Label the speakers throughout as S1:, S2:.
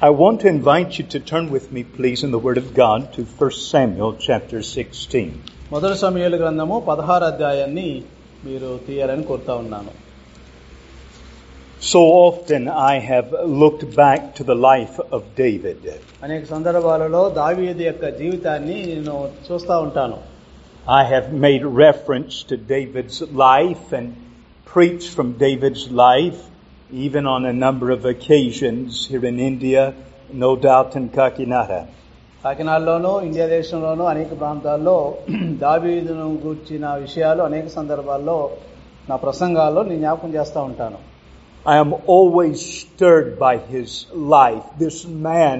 S1: I want to invite you to turn with me, please, in the Word of God to 1 Samuel chapter 16.
S2: మొదటి సమయాల గ్రంథము పదహారు అధ్యాయాన్ని మీరు తీయాలని కోరుతా ఉన్నాను
S1: So often I have looked back to the life of David.
S2: అనేక సందర్భాలలో దావీదు యొక్క జీవితాన్ని నేను చూస్తూ ఉంటాను
S1: I have made reference to David's life and preached from David's life, even on a number of occasions here in India, no doubt in Kakinada.
S2: కాకినాడలోను India దేశంలోను అనేక ప్రాంతాల్లో దావీదును గూర్చిన విషయాలు అనేక సందర్భాల్లో నా ప్రసంగాల్లో నేను జ్ఞాపకం చేస్తూ ఉంటాను
S1: I am always stirred by his life, this man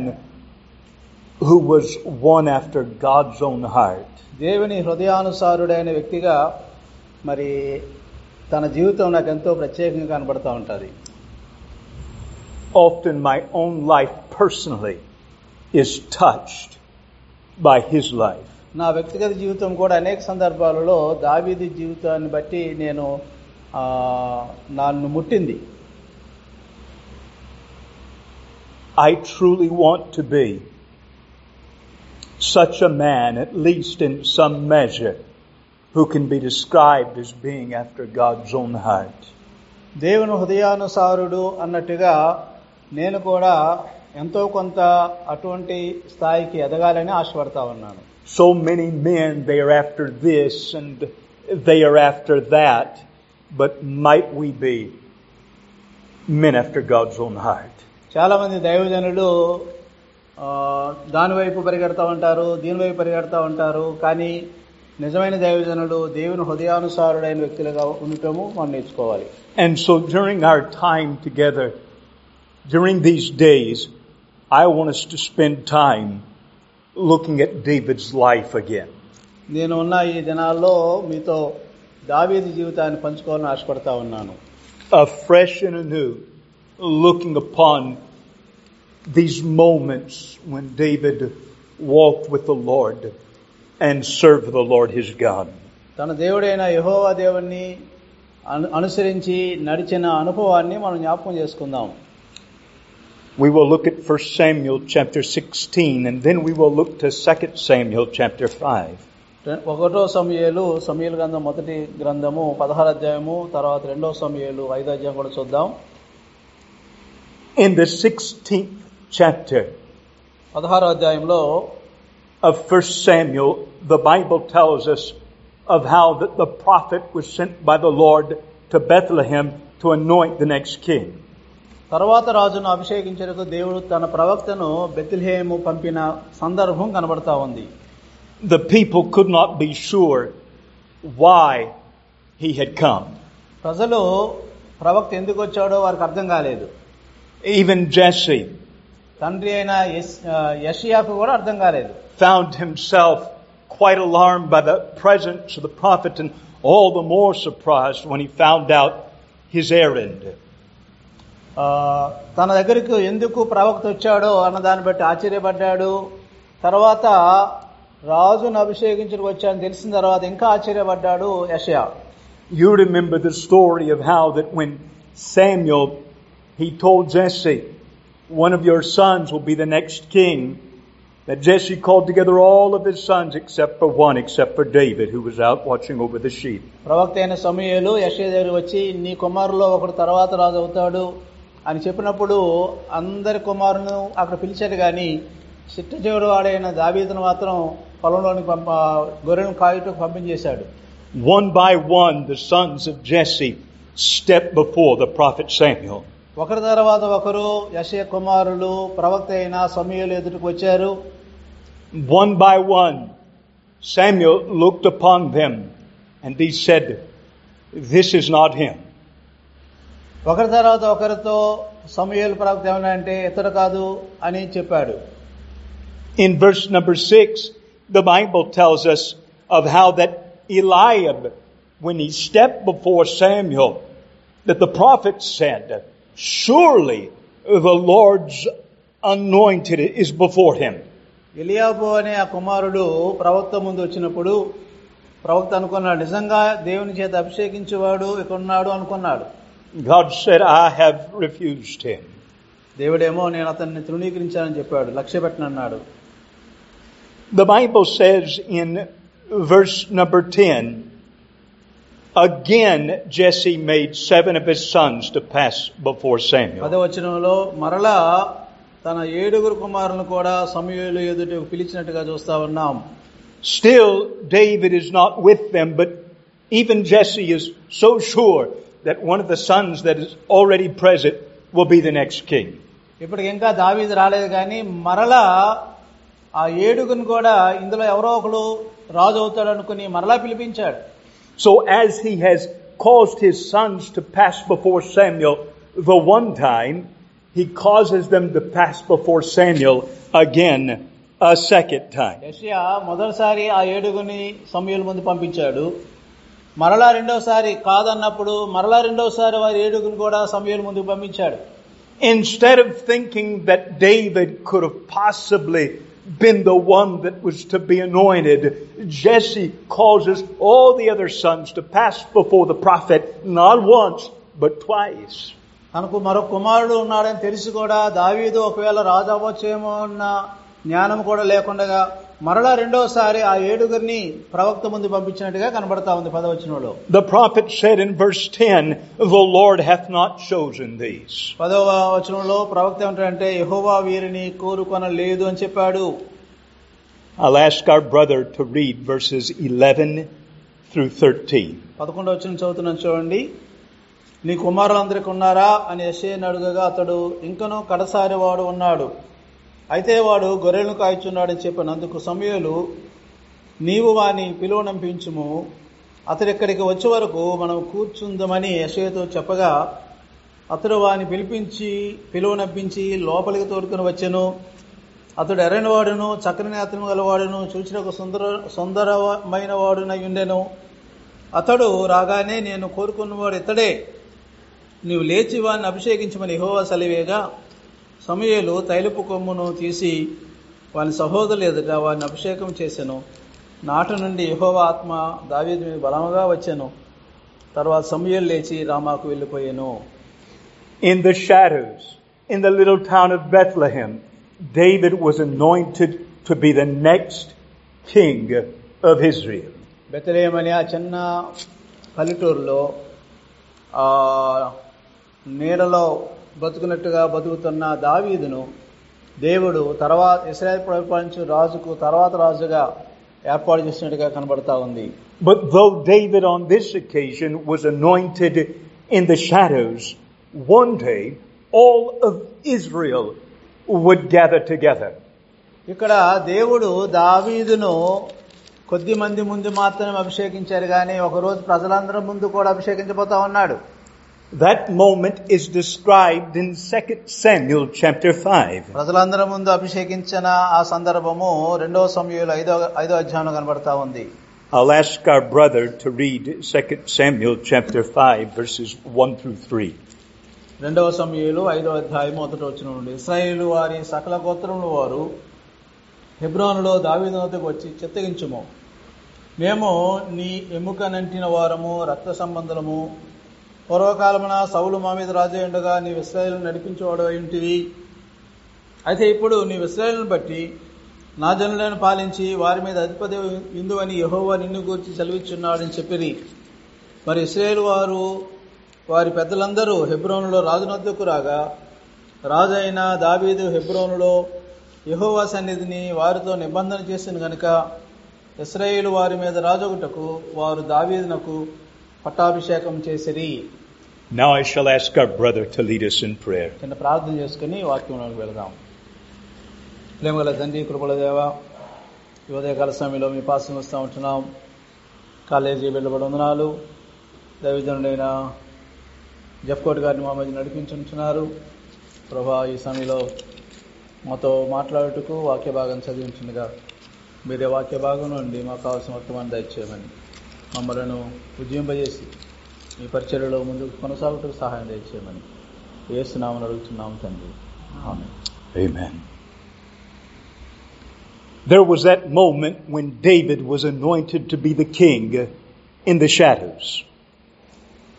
S1: who was one after God's own heart.
S2: దేవుని హృదయానుసారుడైన వ్యక్తిగా మరి తన జీవితం నాకు ఎంతో ప్రత్యేకంగా కనబడతా ఉంటుంది
S1: Often my own life personally is touched by his life.
S2: నా వ్యక్తిగత జీవితం కూడా అనేక సందర్భాలలో దావీది జీవితాన్ని బట్టి నేను ఆ, నన్ను ముట్టింది
S1: I truly want to be such a man, at least in some measure, who can be described as being after God's own heart.
S2: దేవుని హృదయానుసారుడు అన్నట్టుగా నేను కూడా ఎంతో కొంత అటువంటి స్థాయికి ఎదగాలని ఆశపడతా ఉన్నాను
S1: So many men, they are after this and they are after that, but might we be men after God's own heart?
S2: చాలామంది దైవజనులు ఆ, దాని వైపు పరిగెడతా ఉంటారు దీని వైపు పరిగెడతా ఉంటారు కానీ నిజమైన దైవజనులు దేవుని హృదయానుసారుడైన వ్యక్తులుగా ఉండటము మనం నేర్చుకోవాలి
S1: And so during our time together, during these days, I want us to spend time looking at David's life again.
S2: నేను ఉన్న ఈ దినాల్లో మీతో దావీది జీవితాన్ని పంచుకోవాలని ఆశపడతా ఉన్నాను
S1: Afresh and anew, looking upon these moments when David walked with the Lord and served the Lord his God.
S2: తన దేవుడైన యహోవా దేవుణ్ణి అను- అనుసరించి నడిచిన అనుభవాన్ని మనం జ్ఞాపకం చేసుకుందాం
S1: We will look at 1 Samuel chapter 16 and then we will look to 2 Samuel chapter 5.
S2: రె- ఒకటో సమయాలు సమయలు గ్రంథం మొదటి గ్రంథము పదహారు అధ్యాయము తర్వాత రెండో సమయాలు ఐదో అధ్యాయం కూడా చూద్దాం
S1: In the 16th chapter,
S2: పదహారో అధ్యాయంలో
S1: of 1 Samuel, the Bible tells us of how that the prophet was sent by the Lord to Bethlehem to anoint the next king.
S2: తర్వాత రాజును అభిషేకించేందుకు దేవుడు తన ప్రవక్తను బెత్లెహేము పంపిన సందర్భం కనబడతా ఉంది
S1: The people could not be sure why he had come.
S2: ప్రజలు ప్రవక్త ఎందుకు వచ్చాడో వారికి అర్థం కాలేదు
S1: Even Jesse
S2: తండ్రి అయిన యెస్- ఆ, యెషయాకు కూడా అర్థం కాలేదు
S1: found himself quite alarmed by the presence of the prophet and all the more surprised when he found out his errand.
S2: ఆ, తన దగ్గరకు ఎందుకు ప్రవక్త వచ్చాడో అన్న దాన్ని బట్టి ఆశ్చర్యపడ్డాడు తర్వాత రాజును అభిషేకించడానికి వచ్చాడని తెలిసిన తర్వాత ఇంకా ఆశ్చర్యపడ్డాడు యషయా
S1: You remember the story of how that when Samuel, he told Jesse, one of your sons will be the next king, that Jesse called together all of his sons except for one, except for David, who was out watching over the sheep.
S2: ప్రవక్త అయిన సమయలు యషయ దగ్గర వచ్చి నీ కుమారులో ఒకడు తర్వాత రాజు అవుతాడు అని చెప్పినప్పుడు అందరి కుమారును అక్కడ పిలిచాడు కానీ చిట్ట చివరి వాడైన దావీదును మాత్రం పొలంలోనికి పంప గొర్రెను కాయటకు పంపించేశాడు
S1: One by one, the sons of Jesse stepped before the prophet Samuel.
S2: ఒకరి తర్వాత ఒకరు యశయ కుమారులు ప్రవక్త అయిన సమయలు ఎదుటికి వచ్చారు
S1: One by one, Samuel looked upon them and he said, This is not him.
S2: ఒకరి తర్వాత ఒకరితో సమయలు ప్రవక్త ఏమన్నా అంటే ఇతడు కాదు అని చెప్పాడు
S1: In verse number six, the Bible tells us of how that Eliab, when he stepped before Samuel, that the prophet said, Surely the Lord's anointed is before him.
S2: Eliab అనే ఆ కుమారుడు ప్రవక్త ముందు వచ్చినప్పుడు ప్రవక్త అనుకున్నాడు నిజంగా దేవుని చేత అభిషేకించేవాడు ఇక్కడ ఉన్నాడు అనుకున్నాడు
S1: God said, I have refused him.
S2: దేవుడేమో నేను అతన్ని తృణీకరించానని చెప్పాడు లక్ష్య పెట్టనన్నాడు
S1: The Bible says in verse number 10, again Jesse made seven of his sons to pass before Samuel.
S2: పదవచనంలో మరలా తన ఏడుగురు కుమారులను కూడా సమయంలో ఎదుట పిలిచినట్టుగా చూస్తా ఉన్నాం
S1: Still, David is not with them, but even Jesse is so sure that one of the sons that is already present will be the next king.
S2: ఇప్పటికి ఇంకా దావీదు రాలేదు కానీ మరలా ఆ ఏడుగురిని కూడా ఇందులో ఎవరో ఒకడు రాజు అవుతాడు అనుకుని మరలా పిలిపించాడు
S1: So as he has caused his sons to pass before Samuel the one time, he causes them to pass before Samuel again a second time.
S2: యషయా మొదటిసారి ఆ ఏడుగురిని సమయాల ముందు పంపించాడు మరలా రెండోసారి కాదన్నప్పుడు మరలా రెండోసారి వారి ఏడుగురిని కూడా సమయాల ముందుకు పంపించాడు
S1: Instead of thinking that David could have possibly been the one that was to be anointed, Jesse causes all the other sons to pass before the prophet not once, but twice.
S2: తనకు మరో కుమారుడు ఉన్నాడని తెలిసి కూడా దావీదు ఒకవేళ రాజు అవ్వచ్చేమో అన్న జ్ఞానం కూడా లేకుండా మరలా రెండోసారి ఆ ఏడుగురిని ప్రవక్త ముందు పంపించినట్టుగా కనబడతా ఉంది పదవచనంలో
S1: The prophet said in verse 10, the Lord hath not chosen these.
S2: పదవ వచనంలో ప్రవక్త ఏమంటాడంటే యహోవా వీరిని కోరుకొనలేదు అని చెప్పాడు
S1: I'll ask our brother to read verses 11 through 13.
S2: పదకొండవ వచనం చదువుతున్నాను చూడండి నీ కుమారులందరికీ ఉన్నారా అని యశ్యని అడుగగా అతడు ఇంకనూ కడసారి వాడు ఉన్నాడు అయితే వాడు గొర్రెలను కాయచున్నాడని చెప్పినందుకు సమయలు నీవు వాని పిలువనంపించుము అతడు ఇక్కడికి వచ్చే వరకు మనం కూర్చుందామని యశయతో చెప్పగా అతడు వాని పిలిపించి పిలువనంపించి లోపలికి తోడుకొని వచ్చెను అతడు ఎర్రని వాడును చక్కని నేత్రము గలవాడును చూచినకు సుందర సుందరమైన వాడునై ఉండెను అతడు రాగానే నేను కోరుకున్నవాడు ఇతడే నీవు లేచి వాడిని అభిషేకించమని యెహోవా సలివేగా సమయలు తైలపు కొమ్మును తీసి వాని సహోదరులు ఎదుట వారిని అభిషేకం చేశాను నాటు నుండి యెహోవా ఆత్మ దావీదు మీద బలముగా వచ్చాను తర్వాత సమయలు లేచి రామాకు వెళ్ళిపోయాను
S1: In the shadows, in the little town of Bethlehem, David was anointed to be the next king of Israel.
S2: బెతలేమని ఆ చిన్న పల్లెటూరులో ఆ నీడలో బతుకున్నట్టుగా బతుకుతున్న దావీదును దేవుడు తర్వాత ఇస్రాయల్ పరిపాలించు రాజుకు తర్వాత రాజుగా ఏర్పాటు చేసినట్టుగా కనబడతా ఉంది
S1: But though David on this occasion was anointed in the shadows, one day all of Israel would gather together.
S2: ఇక్కడ దేవుడు దావీదును కొద్ది మంది ముందు మాత్రమే అభిషేకించారు కానీ ఒకరోజు ప్రజలందరి ముందు కూడా అభిషేకించబోతా ఉన్నాడు
S1: That moment is described in 2 Samuel chapter 5.
S2: ప్రజలందరి ముందు అభిషేకించిన ఆ సందర్భము రెండవ సమయంలో ఐదో ఐదో అధ్యాయంలో కనబడతా ఉంది
S1: I'll ask our brother to read 2 Samuel chapter 5 verses 1 through 3.
S2: రెండవ సమయంలో ఐదవ అధ్యాయం మొదటి వచ్చిన నుండి ఇస్రాయేలు వారి సకల గోత్రముల వారు హెబ్రోనులో దావీదు వద్దకు వచ్చి చిత్తగించుము మేము నీ ఎముకనంటిన వారము రక్త సంబంధము పూర్వకాలమున సౌలు మా మీద రాజు ఉండగా నీ ఇస్రాయేల్ నడిపించేవాడు అయింటివి అయితే ఇప్పుడు నీ ఇస్రాయేల్ను బట్టి నా జనులను పాలించి వారి మీద అధిపతి ఇందువని యెహోవా నిన్ను గూర్చి సెలవిచ్చున్నాడని చెప్పిరి మరి ఇస్రాయేల్ వారు వారి పెద్దలందరూ హెబ్రోనులో రాజునొద్దకు రాగా రాజైన దావీదు హెబ్రోనులో యెహోవా సన్నిధిని వారితో నిబంధన చేసిన గనుక ఇస్రాయేలు వారి మీద రాజొకటకు వారు దావీదునకు పట్టాభిషేకం చేసిరి
S1: Now I shall ask our brother to lead us in prayer.
S2: చిన్న ప్రార్థన చేసుకుని వాక్యంలోకి వెళదాం ప్రేమగల తండ్రి కృపల దేవ ఈ ఉదయకాల సమయంలో మీ పాసం వస్తూ ఉంటున్నాం కాలేజీ వెళ్ళబడి వందనాలు దైవజనుడైన జఫ్కోట్ గారిని మా మధ్య నడిపించుంటున్నారు ప్రభా ఈ సమయంలో మాతో మాట్లాడుటకు వాక్య భాగం చదివించుండగా మీరే వాక్య భాగం నుండి మాకు కావాల్సిన మొత్తం దయచేయమని మమ్మలను ఉద్యమింపజేసి మీ పరిచర్యలో ముందుకు కొనసాగుటకు సహాయం దయచేయమని ఏసునామని అడుగుతున్నాం తండ్రి ఆమె
S1: Amen. There was that moment when David was anointed to be the king in the shadows.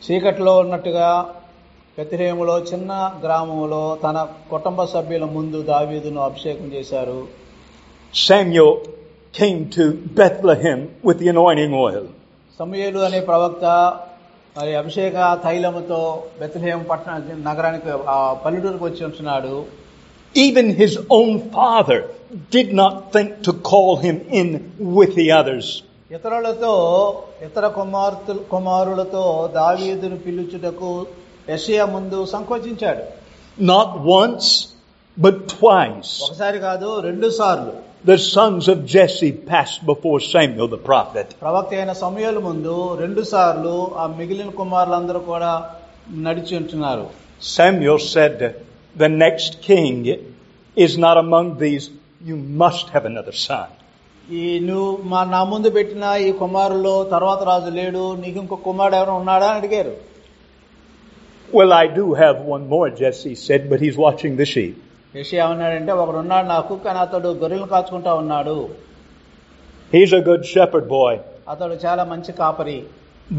S2: చీకట్లో ఉన్నట్టుగా బెత్లెహేములో చిన్న గ్రామంలో తన కుటుంబ సభ్యుల ముందు దావీదును అభిషేకం చేశారు
S1: Samuel came to Bethlehem with the anointing oil.
S2: సమూయేలు అనే ప్రవక్త మరి అభిషేక తైలముతో బెత్లహేమ పట్టణ నగరానికి ఆ పల్లెటూరుకు వచ్చి ఉంటున్నాడు
S1: Even his own father did not think to call him in with the others.
S2: ఇతరులతో ఇతర కుమార్తె కుమారులతో దావీదును పిలుచుటకు యెషయా ముందు సంకోచించాడు
S1: Not once, but twice,
S2: ఒకసారి కాదు రెండు సార్లు
S1: the sons of Jesse passed before Samuel the prophet.
S2: ప్రవక్త అయిన సమయాల ముందు రెండు సార్లు ఆ మిగిలిన కుమారులందరూ కూడా నడిచి ఉంటున్నారు
S1: Samuel said, The next king is not among these. You must have another son.
S2: ఈ నువ్వు మా నా ముందు పెట్టిన ఈ కుమారులో తర్వాత రాజు లేడు నీకు ఇంకో కుమారుడు ఎవరైనా ఉన్నాడా అని అడిగారు
S1: Well, I do have one more, Jesse said, but he's watching the sheep.
S2: యషయా ఉన్నాడంటే ఒకడు ఉన్నాడు నాకు కానీ అతడు గొర్రెలు కాచుకుంటా ఉన్నాడు
S1: He's a good shepherd boy,
S2: అతడు చాలా మంచి కాపరి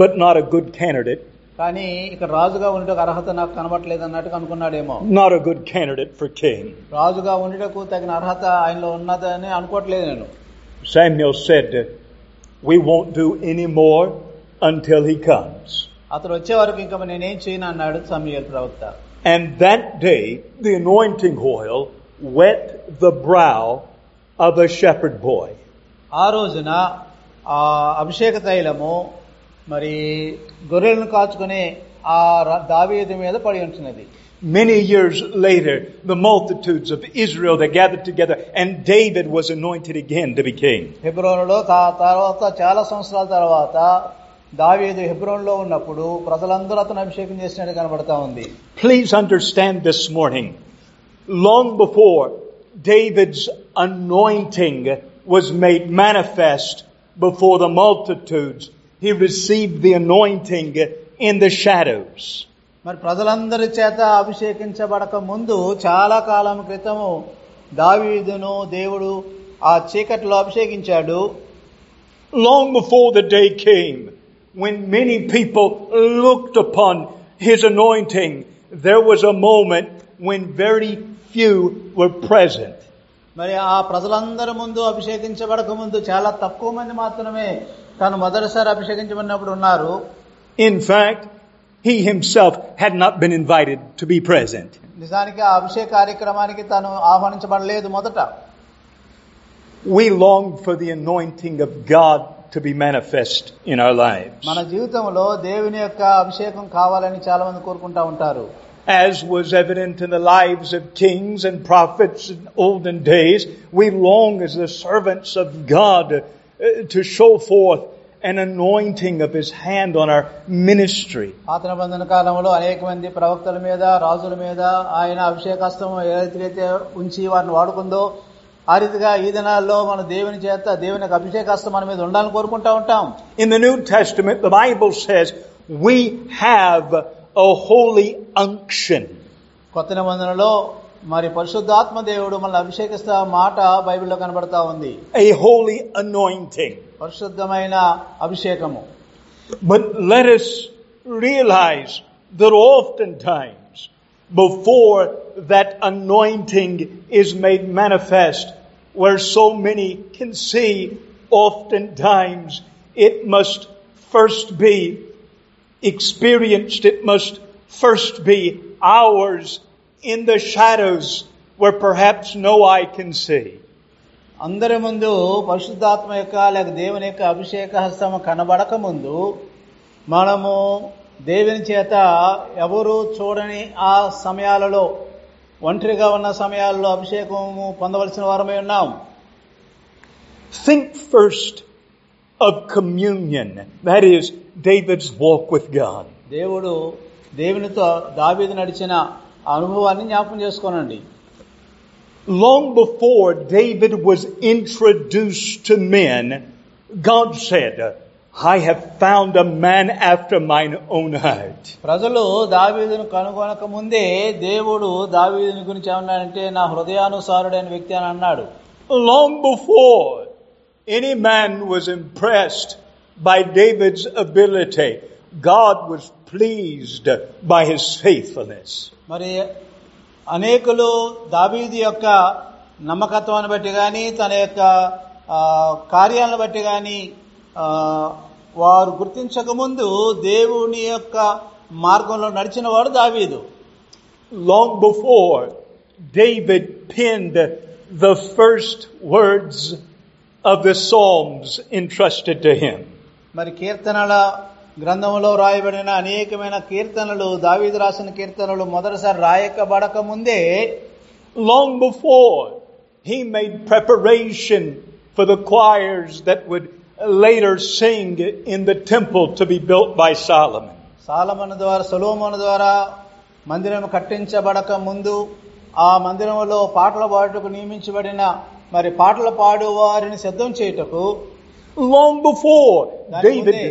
S1: but not a good candidate,
S2: కానీ ఇక్కడ రాజుగా ఉండటకు అర్హత నాకు కనబట్టలేదు అన్నట్టుగా అనుకున్నాడేమో
S1: not a good candidate for king.
S2: రాజుగా ఉండటకు తగిన అర్హత ఆయనలో ఉన్నదని అనుకోవట్లేదు నేను
S1: Samuel said, We won't do any more until he comes.
S2: అతడు వచ్చే వరకు ఇంకా నేనేం చేయను అన్నాడు సమీయల్ ప్రవక్త
S1: And that day, the anointing oil wet the brow of a shepherd boy.
S2: ఆ రోజున ఆ అభిషేక తైలము మరి గొర్రెలను కాచుకునే ఆ ర- దావీదు మీద పడి ఉంటున్నది
S1: Many years later, the multitudes of Israel they gathered together, and David was anointed again to be king.
S2: హెబ్రోనులో తా- తర్వాత చాలా సంవత్సరాల తర్వాత దావీదు హెబ్రోన్లో ఉన్నప్పుడు ప్రజలందరూ అతను అభిషేకం చేసినట్టు కనబడతా ఉంది
S1: Please understand this morning. Long before David's anointing was made manifest before the multitudes, he received the anointing in the shadows.
S2: మరి ప్రజలందరి చేత అభిషేకించబడక ముందు చాలా కాలం క్రితము దావీదును దేవుడు ఆ చీకట్లో అభిషేకించాడు
S1: Long before the day came when many people looked upon his anointing, there was a moment when very few were present.
S2: మరి ఆ ప్రజలందరి ముందు అభిషేకించబడక ముందు చాలా తక్కువ మంది మాత్రమే తాను మొదటిసారి అభిషేకించబడినప్పుడు ఉన్నారు
S1: In fact, he himself had not been invited to be present.
S2: నిజానికి ఆ అభిషేక కార్యక్రమానికి తాను ఆహ్వానించబడలేదు మొదట
S1: We long for the anointing of God to be manifest in our lives.
S2: మన జీవితంలో దేవుని యొక్క అభిషేకం కావాలని చాలా మంది కోరుకుంటా ఉంటారు
S1: As was evident in the lives of kings and prophets in olden days, we long as the servants of God uh, to show forth an anointing of His hand on our ministry.
S2: పాత నిబంధన కాలంలో అనేక మంది ప్రవక్తల మీద రాజుల మీద ఆయన అభిషేకాస్తం ఏ రీతికైతే ఉంచి వారిని వాడుకుందో ఆ రీతిగా ఈ దినాల్లో మన దేవుని చేత దేవుని యొక్క అభిషేకాస్తం మన మీద ఉండాలని కోరుకుంటా ఉంటాం
S1: In the New Testament, the Bible says we have a holy unction.
S2: కొత్త నిబంధనలో మరి పరిశుద్ధాత్మ దేవుడు మనల్ని అభిషేకిస్తా మాట బైబిల్లో కనబడతా ఉంది
S1: a holy anointing.
S2: పరిశుద్ధమైన అభిషేకము
S1: But let us realize that oftentimes, before that anointing is made manifest, where so many can see, oftentimes it must first be experienced, it must first be ours in the shadows where perhaps no eye can see.
S2: అందరి ముందు పరిశుద్ధాత్మ యొక్క లేక దేవుని యొక్క అభిషేక హస్తము కనబడక ముందు మనము దేవుని చేత ఎవరు చూడని ఆ సమయాలలో ఒంటరిగా ఉన్న సమయాల్లో అభిషేకము పొందవలసిన వారమై ఉన్నాం
S1: Think first of communion. That is David's walk with God.
S2: దేవుడు దేవునితో దావీదు నడిచిన ఆ అనుభవాన్ని జ్ఞాపకం చేసుకోనండి
S1: Long before David was introduced to men, God said, I have found a man after mine own heart.
S2: ప్రజలు దావీదును కనుగొనక ముందే దేవుడు దావీదుని గురించి ఏమన్నాడంటే నా హృదయానుసారుడైన వ్యక్తి అని అన్నాడు
S1: Long before any man was impressed by David's ability, God was pleased by his faithfulness.
S2: మరి అనేకులు దావీదు యొక్క నమ్మకత్వాన్ని బట్టి కానీ తన యొక్క ఆ, కార్యాలను బట్టి కానీ వారు గుర్తించకముందు దేవుని యొక్క మార్గంలో నడిచిన వాడు దావీదు
S1: Long before David penned the first words of the Psalms entrusted to him.
S2: మరి కీర్తనల గ్రంథంలో రాయబడిన అనేకమైన కీర్తనలు దావీదు రాసిన కీర్తనలు మొదటిసారి రాయకబడక ముందే
S1: Long before he made preparation for the choirs that would later sing in the temple to be built by Solomon.
S2: సాలమను ద్వారా సొలోమోను ద్వారా మందిరం కట్టించబడక ముందు ఆ మందిరంలో పాటల పాడుటకు నియమించబడిన మరి పాటలు పాడు వారిని సిద్ధం చేయుటకు
S1: Long before
S2: That
S1: David
S2: day.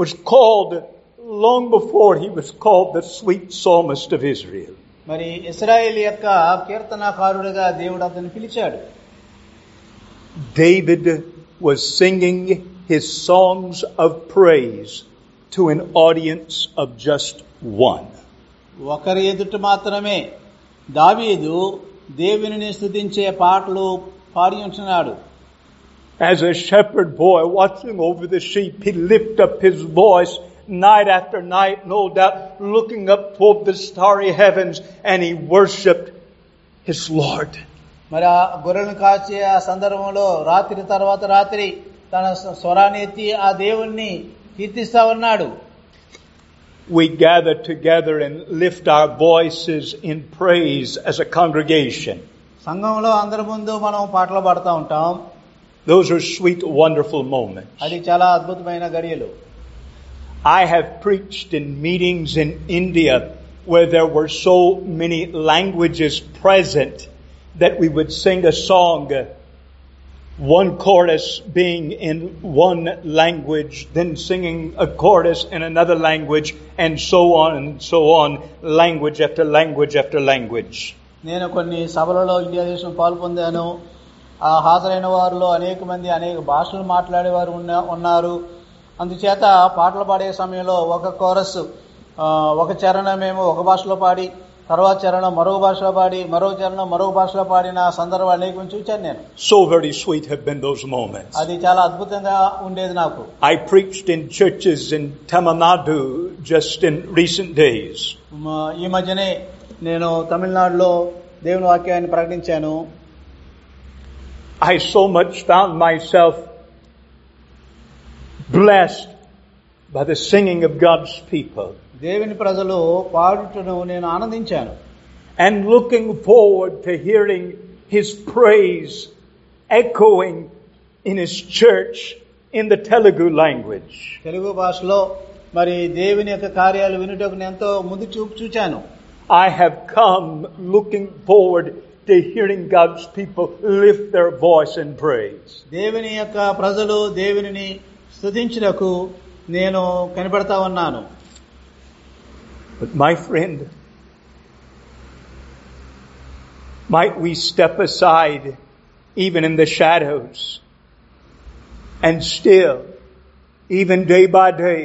S1: was called, long before he was called the sweet psalmist of Israel.
S2: మరి ఇస్రాయేల్ యొక్క కీర్తనాకారుడిగా దేవుడు అతన్ని పిలిచాడు
S1: David was singing his songs of praise to an audience of just one.
S2: ఒకరి ఎదుట మాత్రమే దావీదు దేవునిని స్థుతించే పాటలు పాడి ఉంటున్నాడు
S1: As a shepherd boy watching over the sheep, he lifted up his voice night after night, no doubt looking up toward the starry heavens, and he worshiped his Lord.
S2: మరి ఆ గొర్రెలను కాచే ఆ సందర్భంలో రాత్రి తర్వాత రాత్రి తన స్వరాన్ని ఎత్తి ఆ దేవుణ్ణి కీర్తిస్తా ఉన్నాడు
S1: We gather together and lift our voices in praise as a congregation.
S2: సంఘంలో అందరి ముందు మనం పాటలు పాడుతూ ఉంటాం
S1: Those are sweet, wonderful moments.
S2: అది చాలా అద్భుతమైన గడియలు
S1: I have preached in meetings in India where there were so many languages present that we would sing a song, uh, one chorus being in one language, then singing a chorus in another language, and so on and so on, language after language after language.
S2: నేను కొన్ని సభలలో India దేశం పాల్పొందాను ఆ హాజరైన వారిలో అనేక మంది అనేక భాషలు మాట్లాడేవారు ఉన్న ఉన్నారు అందుచేత పాటలు పాడే సమయంలో ఒక కోరస్ ఒక చరణమేమో ఒక భాషలో పాడి తర్వాత చరణం మరో భాషలో పాడి మరో చరణం మరో భాషలో పాడిన సందర్భాలు అనేకం చూశాను నేను
S1: So very sweet have been those moments.
S2: అది చాలా అద్భుతంగా ఉండేది నాకు
S1: I preached in churches in Tamil Nadu just in recent days.
S2: మ- ఈ మధ్యనే నేను తమిళనాడులో దేవుని వాక్యాన్ని ప్రకటించాను
S1: I so much found myself blessed by the singing of God's people
S2: దేవుని ప్రజలు పాడుటను నేను ఆనందించాను
S1: and looking forward to hearing His praise echoing in His church in the Telugu language.
S2: Telugu భాషలో మరి దేవుని యొక్క కార్యాలు వినుటకు నేను ఎంతో ముందు చూపు చూచాను
S1: I have come looking forward to hearing God's people lift their voice in praise.
S2: దేవుని యొక్క ప్రజలు దేవునిని స్తుతించుటకు నేను కనిపెడతా ఉన్నాను
S1: But my friend, might we step aside even in the shadows and still, even day by day,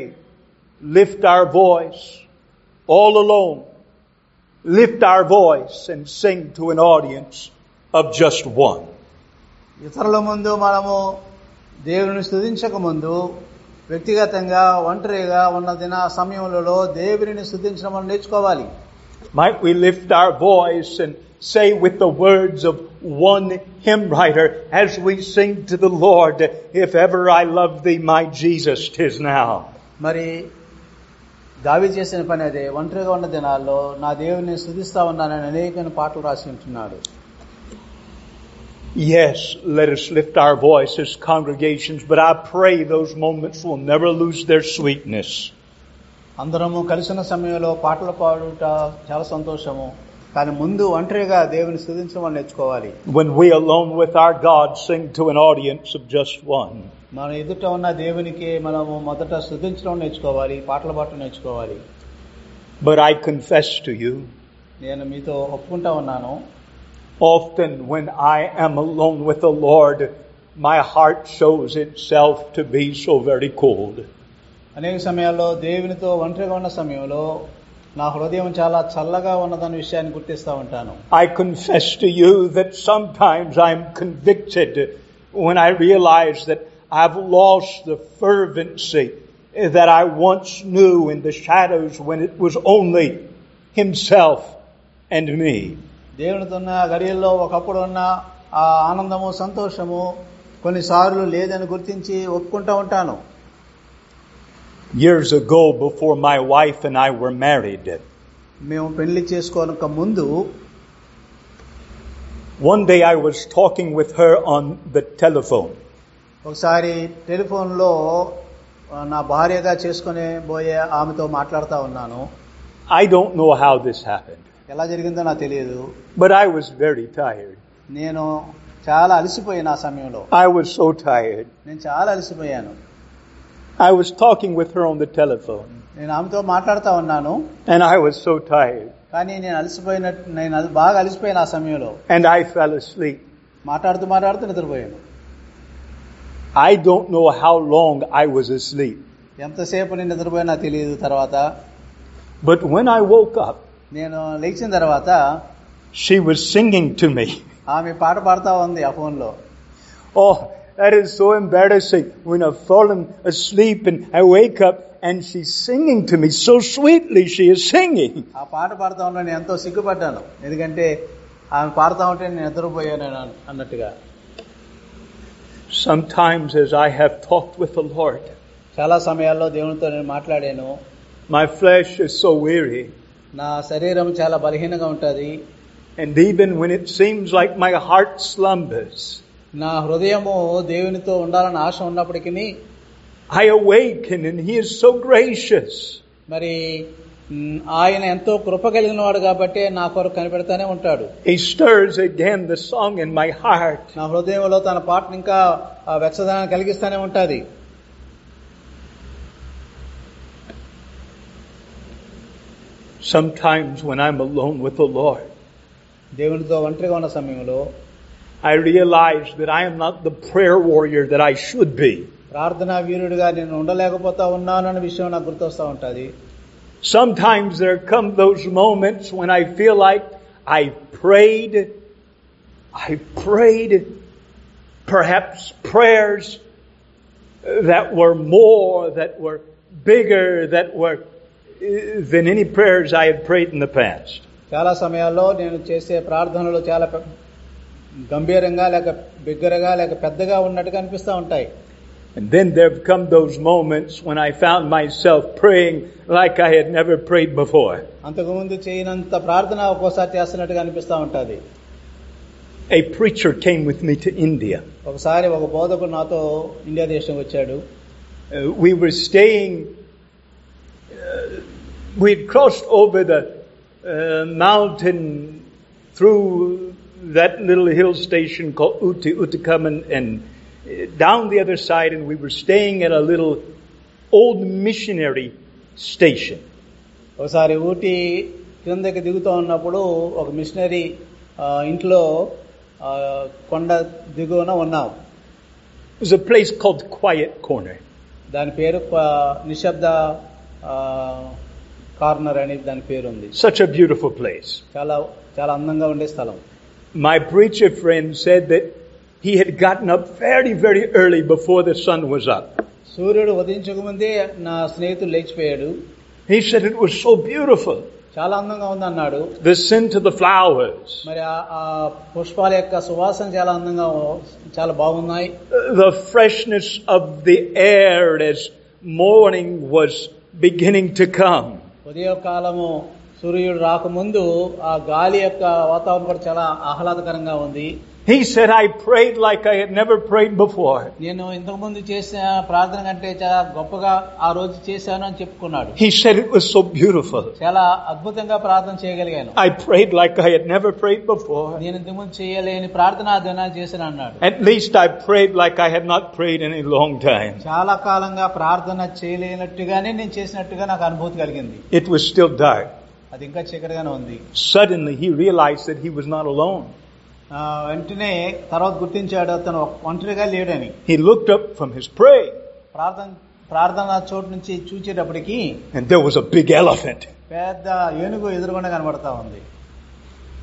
S1: lift our voice all alone, lift our voice and sing to an audience of just one.
S2: ఇతరుల ముందు మనము దేవుని స్తుతించక ముందు వ్యక్తిగతంగా ఒంటరిగా ఉన్న దిన సమయంలో దేవునిని స్తుతించడం మనం నేర్చుకోవాలి
S1: Might we lift our voice and say with the words of one hymn writer as we sing to the Lord, if ever I love thee, my Jesus, tis now.
S2: మరి దావి చేసిన పని అదే ఒంటరిగా ఉన్న దినాల్లో నా దేవుని స్థుతిస్తా ఉన్నానని అనేకమైన పాటలు రాసి ఉంటున్నాడు
S1: Yes, let us lift our voice as congregations, but I pray those moments will never lose their sweetness.
S2: అందరము కలిసిన సమయంలో పాటలు పాడుట చాలా సంతోషము కానీ ముందు ఒంటరిగా దేవుని స్థుతించడం మనం నేర్చుకోవాలి
S1: When we alone with our God sing to an audience of just one.
S2: మన ఎదుట ఉన్న దేవునికి మనము మొదట స్థుతించడం నేర్చుకోవాలి పాటలు పాడటం నేర్చుకోవాలి
S1: But I confess to you,
S2: నేను మీతో ఒప్పుకుంటా ఉన్నాను
S1: Often when I am alone with the Lord, my heart shows itself to be so very cold.
S2: అనేక సమయాల్లో దేవునితో ఒంటరిగా ఉన్న సమయంలో నా హృదయం చాలా చల్లగా ఉన్నదన్న విషయాన్ని గుర్తిస్తూ ఉంటాను
S1: I confess to you that sometimes I'm convicted when I realize that I've lost the fervency that I once knew in the shadows when it was only Himself and me.
S2: దేవునితో ఉన్న గడియల్లో ఒకప్పుడు ఉన్న ఆ ఆనందము సంతోషము కొన్నిసార్లు లేదని గుర్తించి ఒప్పుకుంటూ ఉంటాను
S1: Years ago, before my wife and I were married,
S2: మేము పెళ్లి చేసుకోనక ముందు
S1: one day I was talking with her on the telephone.
S2: ఒకసారి టెలిఫోన్లో ఆ, నా భార్యగా చేసుకునే పోయే ఆమెతో మాట్లాడుతూ ఉన్నాను
S1: I don't know how this happened,
S2: ఎలా జరిగిందో నాకు తెలియదు
S1: but I was very tired.
S2: నేను చాలా అలసిపోయాను ఆ సమయంలో
S1: I was so tired.
S2: నేను చాలా అలసిపోయాను
S1: I was talking with her on the telephone,
S2: నేను ఆమెతో మాట్లాడుతూ ఉన్నాను
S1: and I was so tired.
S2: కానీ నేను అలసిపోయినట్టు నేను అల- బాగా అలసిపోయాను ఆ సమయంలో
S1: and I fell asleep.
S2: మాట్లాడుతూ మాట్లాడుతూ నిద్రపోయాను
S1: I don't know how long I was asleep,
S2: ఎంతసేపు నేను నిద్రపోయినా తెలియదు తర్వాత
S1: but when I woke up,
S2: నేను లేచిన తర్వాత
S1: she was singing to me.
S2: ఆమె పాట పాడుతూ ఉంది ఆ ఫోన్లో
S1: Oh, that is so embarrassing when I've fallen asleep and I wake up and she's singing to me. So sweetly she is singing.
S2: ఆ పాట పాడుతూ ఉంటే నేను ఎంతో సిగ్గుపడ్డాను ఎందుకంటే ఆమె పాడుతూ ఉంటే నేను నిద్రపోయాను అన్న- అన్నట్టుగా
S1: Sometimes as I have talked with the Lord,
S2: చాలా సమయాల్లో దేవునితో నేను మాట్లాడాను
S1: my flesh is so weary.
S2: నా శరీరం చాలా బలహీనంగా ఉంటుంది
S1: And even when it seems like my heart slumbers,
S2: నా హృదయము దేవునితో ఉండాలని ఆశ ఉన్నప్పటికీ
S1: I awaken and He is so gracious.
S2: మరి మ్, ఆయన ఎంతో కృప కలిగిన వాడు కాబట్టి నా కొరకు కనిపెడతానే ఉంటాడు
S1: He stirs again the song in my heart.
S2: నా హృదయంలో తన పాటను ఇంకా ఆ వెచ్చదనం కలిగిస్తానే ఉంటుంది
S1: Sometimes when I'm alone with the Lord,
S2: దేవునితో ఒంటరిగా ఉన్న సమయంలో
S1: I realize that I am not the prayer warrior that I should be.
S2: ప్రార్థనా వీరుడిగా నేను ఉండలేకపోతా ఉన్నాను అన్న విషయం నాకు గుర్తొస్తూ ఉంటుంది
S1: Sometimes there come those moments when I feel like I prayed, I prayed perhaps prayers that were more, that were bigger, that were eh, than any prayers I had prayed in the past.
S2: చాలా సమయాల్లో నేను చేసే ప్రార్థనలు చాలా పె- గంభీరంగా లేక బిగ్గరగా లేక పెద్దగా ఉన్నట్టుగా అనిపిస్తూ ఉంటాయి
S1: And then there have come those moments when I found myself praying like I had never prayed before.
S2: అంతకుముందు చేయనంత ప్రార్థన ఒక్కోసారి చేస్తున్నట్టుగా అనిపిస్తూ ఉంటుంది
S1: A preacher came with me to India.
S2: ఒకసారి ఒక బోధకుడు నాతో ఇండియా దేశం వచ్చాడు
S1: Uh, we were staying, uh, we had crossed over the uh, mountain through that little hill station called Uti Utikam and, and uh, down the other side, and we were staying at a little old missionary station.
S2: ఒకసారి ఊటీ క్రిందకి దిగుతూ ఉన్నప్పుడు ఒక machinery ఆ, ఇంట్లో ఆ, కొండ దిగువన ఉన్నాం
S1: It was a place called Quiet Corner.
S2: దాని పేరు ఆ, నిశ్శబ్ద ఆ, కార్నర్ అనేది దాని పేరు ఉంది
S1: Such a beautiful place.
S2: చాలా చాలా అందంగా ఉండే స్థలం
S1: My preacher friend said that he had gotten up very, very early before the sun was up.
S2: సూర్యుడు ఉదయించకముందే నా స్నేహితుడు లేచిపోయాడు
S1: He said it was so beautiful.
S2: చాలా అందంగా ఉందన్నాడు
S1: The scent of the flowers,
S2: మరి ఆ- ఆ పుష్పాల యొక్క సువాసన చాలా అందంగా ఉ- చాలా బాగున్నాయి
S1: the freshness of the air as morning was beginning to come.
S2: ఉదయకాలము సూర్యుడు రాకముందు ఆ గాలి యొక్క వాతావరణం కూడా చాలా ఆహ్లాదకరంగా ఉంది
S1: He said, I prayed like I had never prayed before.
S2: నేను ఇంతకుముందు చేసిన ప్రార్థన కంటే చాలా గొప్పగా ఆ రోజు చేశాను అని చెప్పుకున్నాడు
S1: He said it was so beautiful.
S2: చాలా అద్భుతంగా ప్రార్థన చేయగలిగాను
S1: I prayed like I had never prayed before.
S2: నేను ఇంతకుముందు చేయలేని ప్రార్థన ఆ దినాన్ని చేశాను అన్నాడు
S1: At least I prayed like I had not prayed in a long time.
S2: చాలా కాలంగా ప్రార్థన చేయలేనట్టుగానే నేను చేసినట్టుగా నాకు అనుభూతి కలిగింది
S1: It was still dark.
S2: అది ఇంకా చీకటిగానే ఉంది
S1: Suddenly he realized that he was not alone.
S2: ఆ, వెంటనే తర్వాత గుర్తించాడు అతను ఒంటరిగా లేడని
S1: He looked up from his prayer
S2: ప్రార్థన ప్రార్థన చోటు నుంచి చూచేటప్పటికి
S1: and there was a big elephant.
S2: పెద్ద ఏనుగు ఎదురుకుండా కనబడతా ఉంది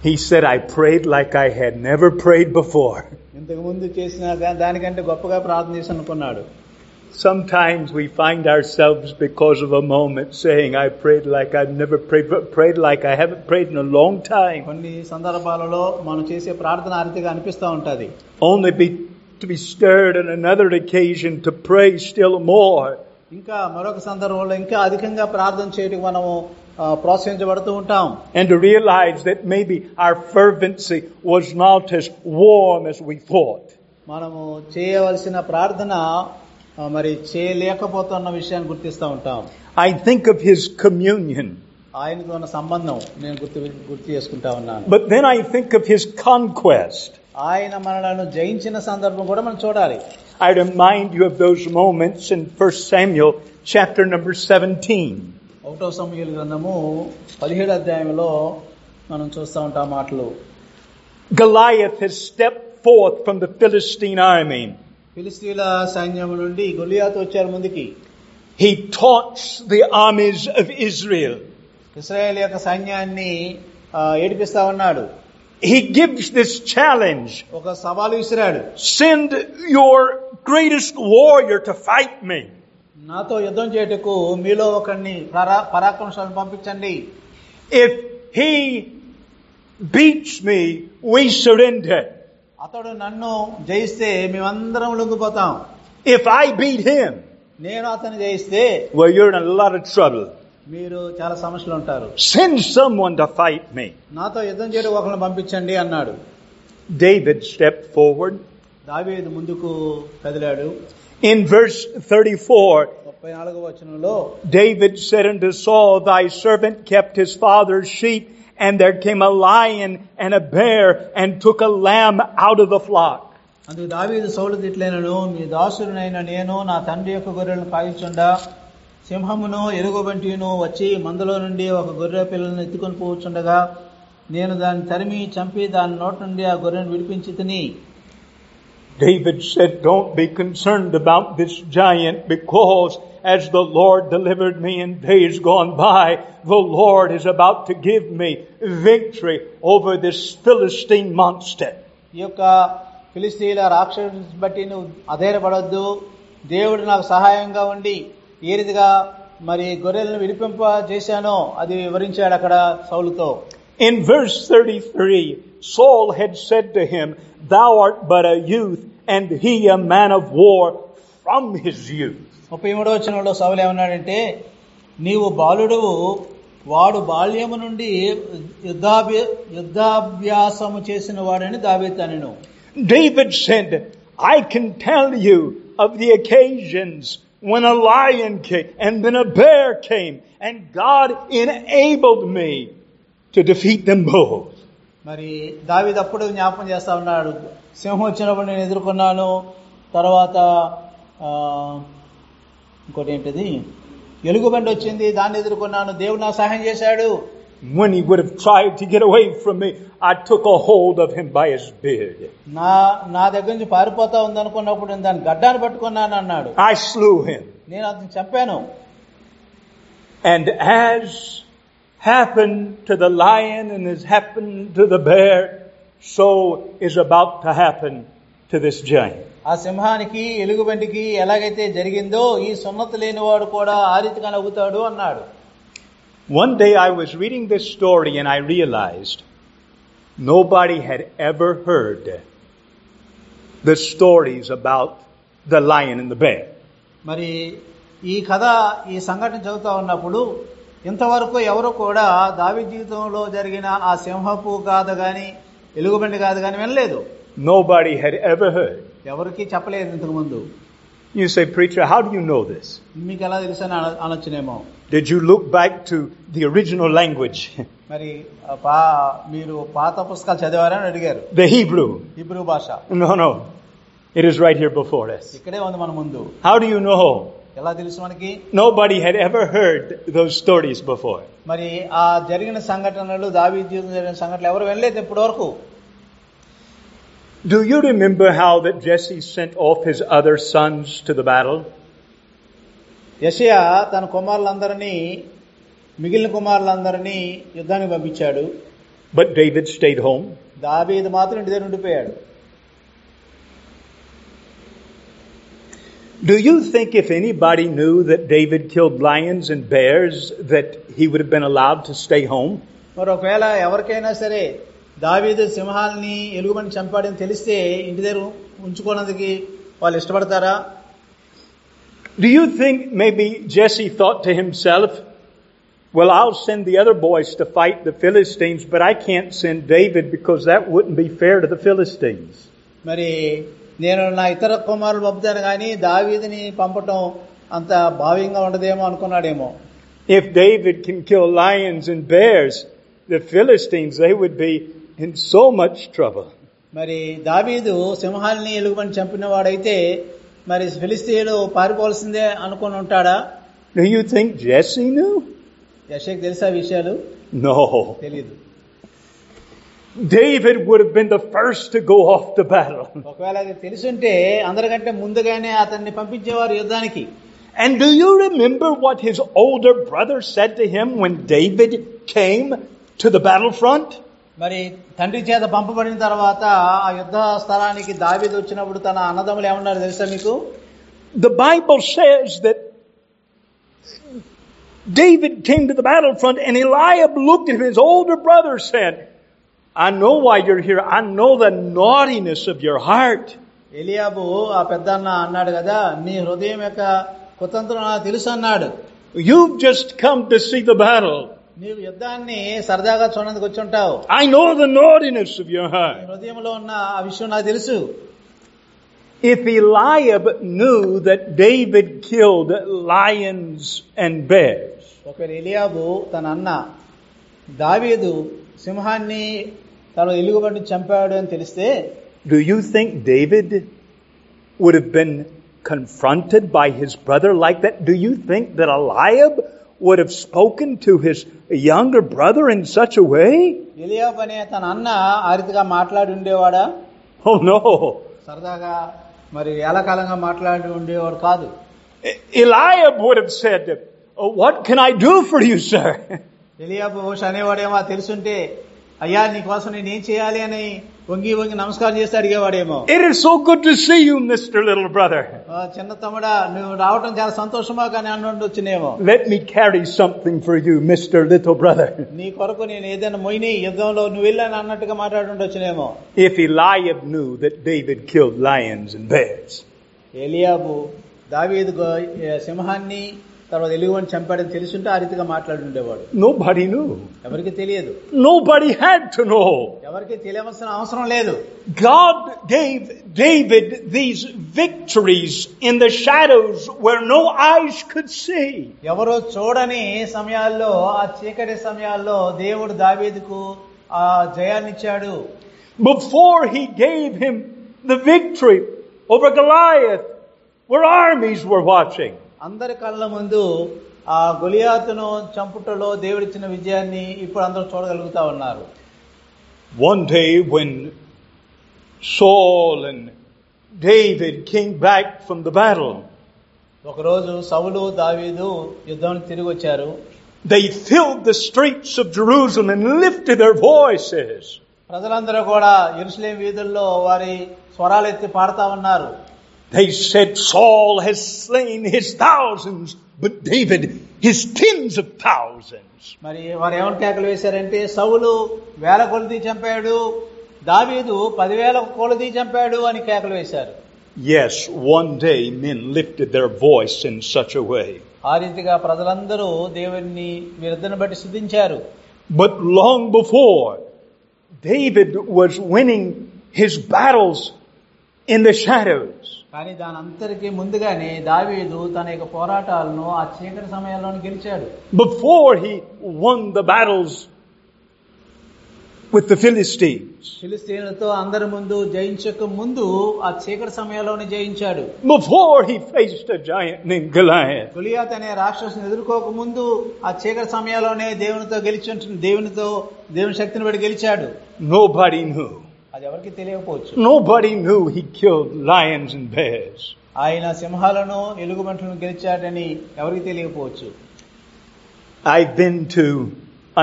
S1: He said, I prayed like I had never prayed before.
S2: ఇంతకు ముందు చేసిన దా- దానికంటే గొప్పగా ప్రార్థన చేసి అనుకున్నాడు
S1: Sometimes we find ourselves because of a moment saying, I prayed like I've never prayed, but prayed like I haven't prayed in a long time.
S2: కొన్ని సందర్భాలలో మనం చేసే ప్రార్థన ఆ రీతిగా అనిపిస్తూ ఉంటుంది
S1: Only be, to be stirred on another occasion to pray still more.
S2: ఇంకా మరొక సందర్భంలో ఇంకా అధికంగా ప్రార్థన చేయడానికి మనము ఆ, ప్రోత్సహించబడుతూ ఉంటాం
S1: And to realize that maybe our fervency was not as warm as we thought.
S2: మనము చేయవలసిన ప్రార్థన ఆ, మరి చేయలేకపోతున్న విషయాన్ని గుర్తిస్తూ ఉంటాం
S1: I think of his communion,
S2: ఆయనతో ఉన్న సంబంధం నేను గుర్తు గుర్తు చేసుకుంటా ఉన్నాను
S1: but then I think of his conquest.
S2: ఆయన మనలను జయించిన సందర్భం కూడా మనం చూడాలి
S1: I remind you of those moments in 1 Samuel chapter number 17.
S2: ఒకటో సమయాల గ్రంథము పదిహేడు అధ్యాయంలో మనం చూస్తూ ఉంటాం మాటలు
S1: Goliath has stepped forth from the Philistine army.
S2: ఫిలిస్తీన్ల సైన్యం నుండి గొలియాతు వచ్చారు ముందుకి
S1: He taunts the armies of Israel.
S2: Israel యొక్క సైన్యాన్ని ఆ, ఏడిపిస్తా ఉన్నాడు
S1: He gives this challenge.
S2: ఒక సవాలు విసిరాడు
S1: Send your greatest warrior to fight me.
S2: నాతో యుద్ధం చేయటకు మీలో ఒకరిని పరాక్రమశాలను పంపించండి
S1: If he beats me, we surrender.
S2: అతడు నన్ను జయిస్తే మేమందరం లొంగిపోతాం
S1: If I beat him,
S2: నేను అతను జయిస్తే
S1: well, you're in a lot of trouble.
S2: మీరు చాలా సమస్యలు ఉంటారు
S1: Send someone to fight me.
S2: నాతో యుద్ధం చేయడం ఒకరిని పంపించండి అన్నాడు
S1: David stepped forward.
S2: దావీదు ముందుకు కదిలాడు
S1: In verse 34,
S2: ముప్పై నాలుగో వచనంలో
S1: David said unto Saul, Thy servant kept his father's sheep, and there came a lion and a bear and took a lamb out of the flock.
S2: అందుకు దావీదు సౌలు తిట్లైనను మీ దాసుడినైన నేను నా తండ్రి యొక్క గొర్రెలను కాయిచుండా సింహమును ఎలుగుబంటిను వచ్చి మందలో నుండి ఒక గొర్రె పిల్లలను ఎత్తుకొని పోచుండగా నేను దాన్ని తరిమి చంపి దాని నోటి నుండి ఆ గొర్రెను విడిపించి తిని
S1: David said, Don't be concerned about this giant because as the Lord delivered me in days gone by, the Lord is about to give me victory over this Philistine monster.
S2: ఈ యొక్క ఫిలిస్తీన్ల రాక్షసుని బట్టి నువ్వు అధైర్యపడొద్దు దేవుడు నాకు సహాయంగా ఉండి ఏ రీతిగా మరి గొర్రెలను విడిపింప చేశానో అది వివరించాడు అక్కడ సౌలుతో
S1: In verse 33, Saul had said to him, Thou art but a youth, and he a man of war from his youth.
S2: ముప్పై మూడవ వచనంలో సౌలు ఏమన్నాడంటే నీవు బాలుడువు వాడు బాల్యము నుండి యుద్ధాభి యుద్ధాభ్యాసము చేసిన వాడని దావేతాను
S1: David said, I can tell you of the occasions when a lion came and then a bear came, and God enabled me to defeat them both.
S2: మరి దావీదు అప్పుడు జ్ఞాపకం చేస్తా ఉన్నాడు సింహం వచ్చినప్పుడు నేను ఎదుర్కొన్నాను తర్వాత ఆ, ఇంకోటి ఏంటిది ఎలుగుబండి వచ్చింది దాన్ని ఎదుర్కొన్నాను దేవుడు నాకు సహాయం చేశాడు
S1: When he would have tried to get away from me, I took a hold of him by his beard.
S2: నా నా దగ్గర నుంచి పారిపోతా ఉందనుకున్నప్పుడు నేను దాని గడ్డాన్ని పట్టుకున్నాను అన్నాడు
S1: I slew him.
S2: నేను అతను చంపాను
S1: And as happened to the lion and has happened to the bear, so is about to happen to this giant.
S2: ఆ సింహానికి ఎలుగుబంటికి ఎలాగైతే జరిగిందో ఈ సున్నతి లేనివాడు కూడా ఆ రీతిగా నవ్వుతాడు అన్నాడు
S1: One day I was reading this story and I realized nobody had ever heard the stories about the lion and the bear.
S2: మరి ఈ కథ ఈ సంఘటన చదువుతా ఉన్నప్పుడు ఇంతవరకు ఎవరు కూడా దావి జీవితంలో జరిగిన ఆ సింహపు గాథ గాని ఎలుగుబంటి గాథ గాని వినలేదు
S1: Nobody had ever heard.
S2: ఎవరికీ చెప్పలేదు ఇంతకు ముందు
S1: You say, preacher, how do you know this?
S2: మీకు ఎలా తెలుసని అన- అనొచ్చునేమో
S1: Did you look back to the original language,
S2: మరి ఆ పా- మీరు పాత పుస్తకాలు చదివారని అడిగారు
S1: the Hebrew?
S2: హిబ్రూ భాష
S1: No, no. It is right here before us.
S2: ఇక్కడే ఉంది మన ముందు
S1: How do you know?
S2: ఎలా తెలుసు మనకి
S1: Nobody had ever heard those stories before.
S2: మరి ఆ జరిగిన సంఘటనలు దావి జీవితం జరిగిన సంఘటనలు ఎవరు వెళ్ళలేదు ఇప్పటి వరకు
S1: Do you remember how that Jesse sent off his other sons to the battle?
S2: యషయా తన కుమారులందరినీ మిగిలిన కుమారులందరినీ యుద్ధానికి పంపించాడు
S1: But David stayed home.
S2: దావీదు మాత్రం ఇంటి దగ్గర ఉండిపోయాడు
S1: Do you think if anybody knew that David killed lions and bears, that he would have been allowed to stay home?
S2: మరి ఒకవేళ ఎవరికైనా సరే దావీదు సింహాల్ని ఎలుగుబంటి చంపాడని తెలిస్తే ఇంటి దగ్గర ఉంచుకోవడానికి వాళ్ళు ఇష్టపడతారా
S1: Do you think maybe Jesse thought to himself, well, I'll send the other boys to fight the Philistines, but I can't send David because that wouldn't be fair to the Philistines.
S2: మరి నేను నా ఇతర కుమారులు పంపుతాను కానీ దావీదిని పంపటం అంత భావ్యంగా ఉండదేమో అనుకున్నాడేమో
S1: If David can kill lions and bears, the Philistines, they would be in so much trouble.
S2: మరి దావీదు సింహాల్ని ఎలుగుబంటి చంపిన వాడైతే మరి ఫిలిస్తీన్లు పారిపోవాల్సిందే అనుకొని ఉంటాడా
S1: Do you think Jesse knew?
S2: యశక్ తెలుసా విషయాలు
S1: No.
S2: తెలియదు
S1: David would have been the first to go off to battle.
S2: ఒకవేళ అది తెలుసుంటే అందరికంటే ముందుగానే అతన్ని పంపించేవారు యుద్ధానికి
S1: And do you remember what his older brother said to him when David came to the battlefront?
S2: మరి తండ్రి చేత పంపబడిన తర్వాత ఆ యుద్ధ స్థలానికి దావీదు వచ్చినప్పుడు తన అన్నదమ్ములు ఏమన్నారు తెలుసా మీకు
S1: The Bible says that David came to the battlefront and Eliab looked at him. His older brother said, I know why you're here. I know the naughtiness of your heart.
S2: Eliab ఆ పెద్దన్న అన్నాడు కదా నీ హృదయం యొక్క కుతంత్రం నాకు తెలుసు అన్నాడు
S1: You've just come to see the battle.
S2: నీవు యుద్ధాన్ని సరదాగా చూడడానికి వచ్చి ఉంటావు
S1: I know the naughtiness of your
S2: నీ
S1: heart.
S2: హృదయంలో ఉన్న ఆ విషయం నాకు తెలుసు
S1: If Eliab knew that David killed lions and bears,
S2: ఒకవేళ ఎలియాబు తన అన్న దావీదు సింహాన్ని తన ఎలుగుబంటి చంపాడు అని తెలిస్తే
S1: do you think David would have been confronted by his brother like that? Do you think that Eliab would have spoken to his younger brother in such a way?
S2: Eliab అనే తన అన్న ఆ రీతిగా మాట్లాడి ఉండేవాడా
S1: Oh no.
S2: సరదాగా మరి ఏలకాలంగా మాట్లాడి ఉండేవాడు కాదు
S1: E- Eliab would have said, "Oh, What can I do for you, sir?
S2: Eliab బహుశా అనేవాడేమో అది తెలుసుంటే అయ్యా నీకోసం నేనేం చేయాలి అని వంగి వంగి నమస్కారం చేసి అడిగేవాడేమో
S1: It is so good to see you, Mr. Little Brother.
S2: "ఆ, చిన్న తమ్ముడా నువ్వు రావటం చాలా సంతోషమా కానీ అనుకుంటూ వచ్చినేమో
S1: Let me carry something for you, Mr. Little Brother.
S2: నీ కొరకు నేను ఏదైనా మొయిని యుద్ధంలో నువ్వు వెళ్ళాను అన్నట్టుగా మాట్లాడుండొచ్చునేమో
S1: If Eliab knew that David killed lions and bears,
S2: Eliab దావీదు గో- ఏ, సింహాన్ని తర్వాత ఎలుగువని చంపాడని తెలుసుంటే ఆ రీతిగా మాట్లాడుండేవాడు
S1: nobody knew.
S2: ఎవరికి తెలియదు
S1: Nobody had to know.
S2: ఎవరికి తెలియవలసిన అవసరం లేదు
S1: God gave David these victories in the shadows where no eyes could see.
S2: ఎవరో చూడని సమయాల్లో ఆ చీకటి సమయాల్లో దేవుడు దావీదుకు ఆ జయాన్నిచ్చాడు
S1: Before he gave him the victory over Goliath, where armies were watching.
S2: అందరి కళ్ళ ముందు ఆ గొలియాతును చంపుటలో దేవుడిచ్చిన విజయాన్ని ఇప్పుడు అందరూ చూడగలుగుతా ఉన్నారు
S1: One day when Saul and David came back from the battle,
S2: ఒకరోజు సౌలు దావీదు యుద్ధానికి తిరిగి వచ్చారు
S1: they filled the streets of Jerusalem and lifted their voices.
S2: ప్రజలందరూ కూడా ఎరుసలేం వీధుల్లో వారి స్వరాలు ఎత్తి పాడుతా ఉన్నారు
S1: They said Saul has slain his thousands, but David his tens of thousands.
S2: మరి వారు ఏమని కేకలు వేశారంటే సౌలు వేల కొలది చంపాడు దావీదు పదివేల కొలది చంపాడు అని కేకలు వేశారు
S1: Yes, one day men lifted their voice in such a way.
S2: ఆ రీతిగా ప్రజలందరూ దేవుణ్ణి వీరిద్దరిని బట్టి సిద్ధించారు
S1: But long before, David was winning his battles in the shadows.
S2: కానీ దాని అంతటికీ ముందుగానే దావీదు తన యొక్క పోరాటాలను ఆ చీకటి సమయంలోనే గెలిచాడు
S1: Before he won the battles with the Philistines.
S2: ఫిలిస్తీన్లతో అందరి ముందు జయించక ముందు ఆ చీకటి సమయంలోనే జయించాడు
S1: Before he faced a giant named Goliath.
S2: Goliath అనే రాక్షసుని ఎదుర్కోక ముందు ఆ చీకటి సమయంలోనే దేవునితో గెలిచి ఉంటుంది దేవునితో దేవుని శక్తిని బట్టి గెలిచాడు
S1: Nobody knew.
S2: అది ఎవరికి తెలియకపోవచ్చు
S1: Nobody knew he killed lions and bears.
S2: ఆయన సింహాలను ఎలుగుబంట్లను గెలిచాడని ఎవరికి తెలియకపోవచ్చు
S1: I've been to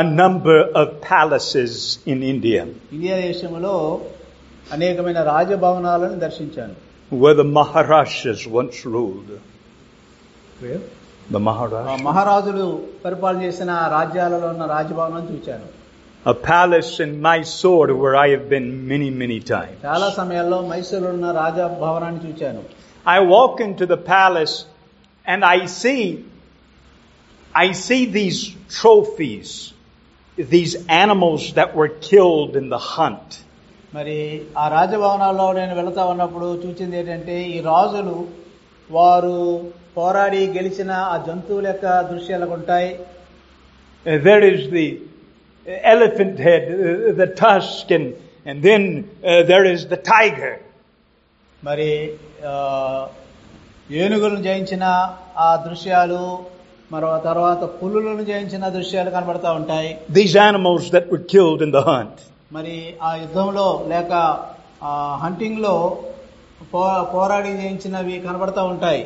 S1: a number of palaces in India
S2: India దేశంలో అనేకమైన రాజభవనాలను దర్శించాను
S1: where the Maharajas once ruled. The
S2: ఆ
S1: Maharajas.
S2: మహారాజులు పరిపాలన చేసిన ఆ రాజ్యాలలో ఉన్న రాజభవనాలను చూచాను
S1: A palace in Mysore where I have been many, many times.
S2: చాలా సమయాల్లో మైసూరులో ఉన్న రాజభవనాన్ని చూచాను
S1: I walk into the palace and I see, I see these trophies, these animals that were killed in the hunt.
S2: మరి ఆ రాజభవనాల్లో నేను వెళుతా ఉన్నప్పుడు చూసింది ఏంటంటే ఈ రాజులు వారు పోరాడి గెలిచిన ఆ జంతువుల యొక్క దృశ్యాలకు ఉంటాయి
S1: Uh, there is the elephant head, uh, the tusk, and, and then uh, there is the tiger.
S2: మరి ఆ, ఏనుగులను జయించిన ఆ దృశ్యాలు మరో తర్వాత పులులను జయించిన దృశ్యాలు కనబడతా ఉంటాయి
S1: These animals that were killed in the hunt.
S2: మరి ఆ యుద్ధంలో లేక హంటింగ్ లో పో- పోరాడి జయించినవి కనబడతా ఉంటాయి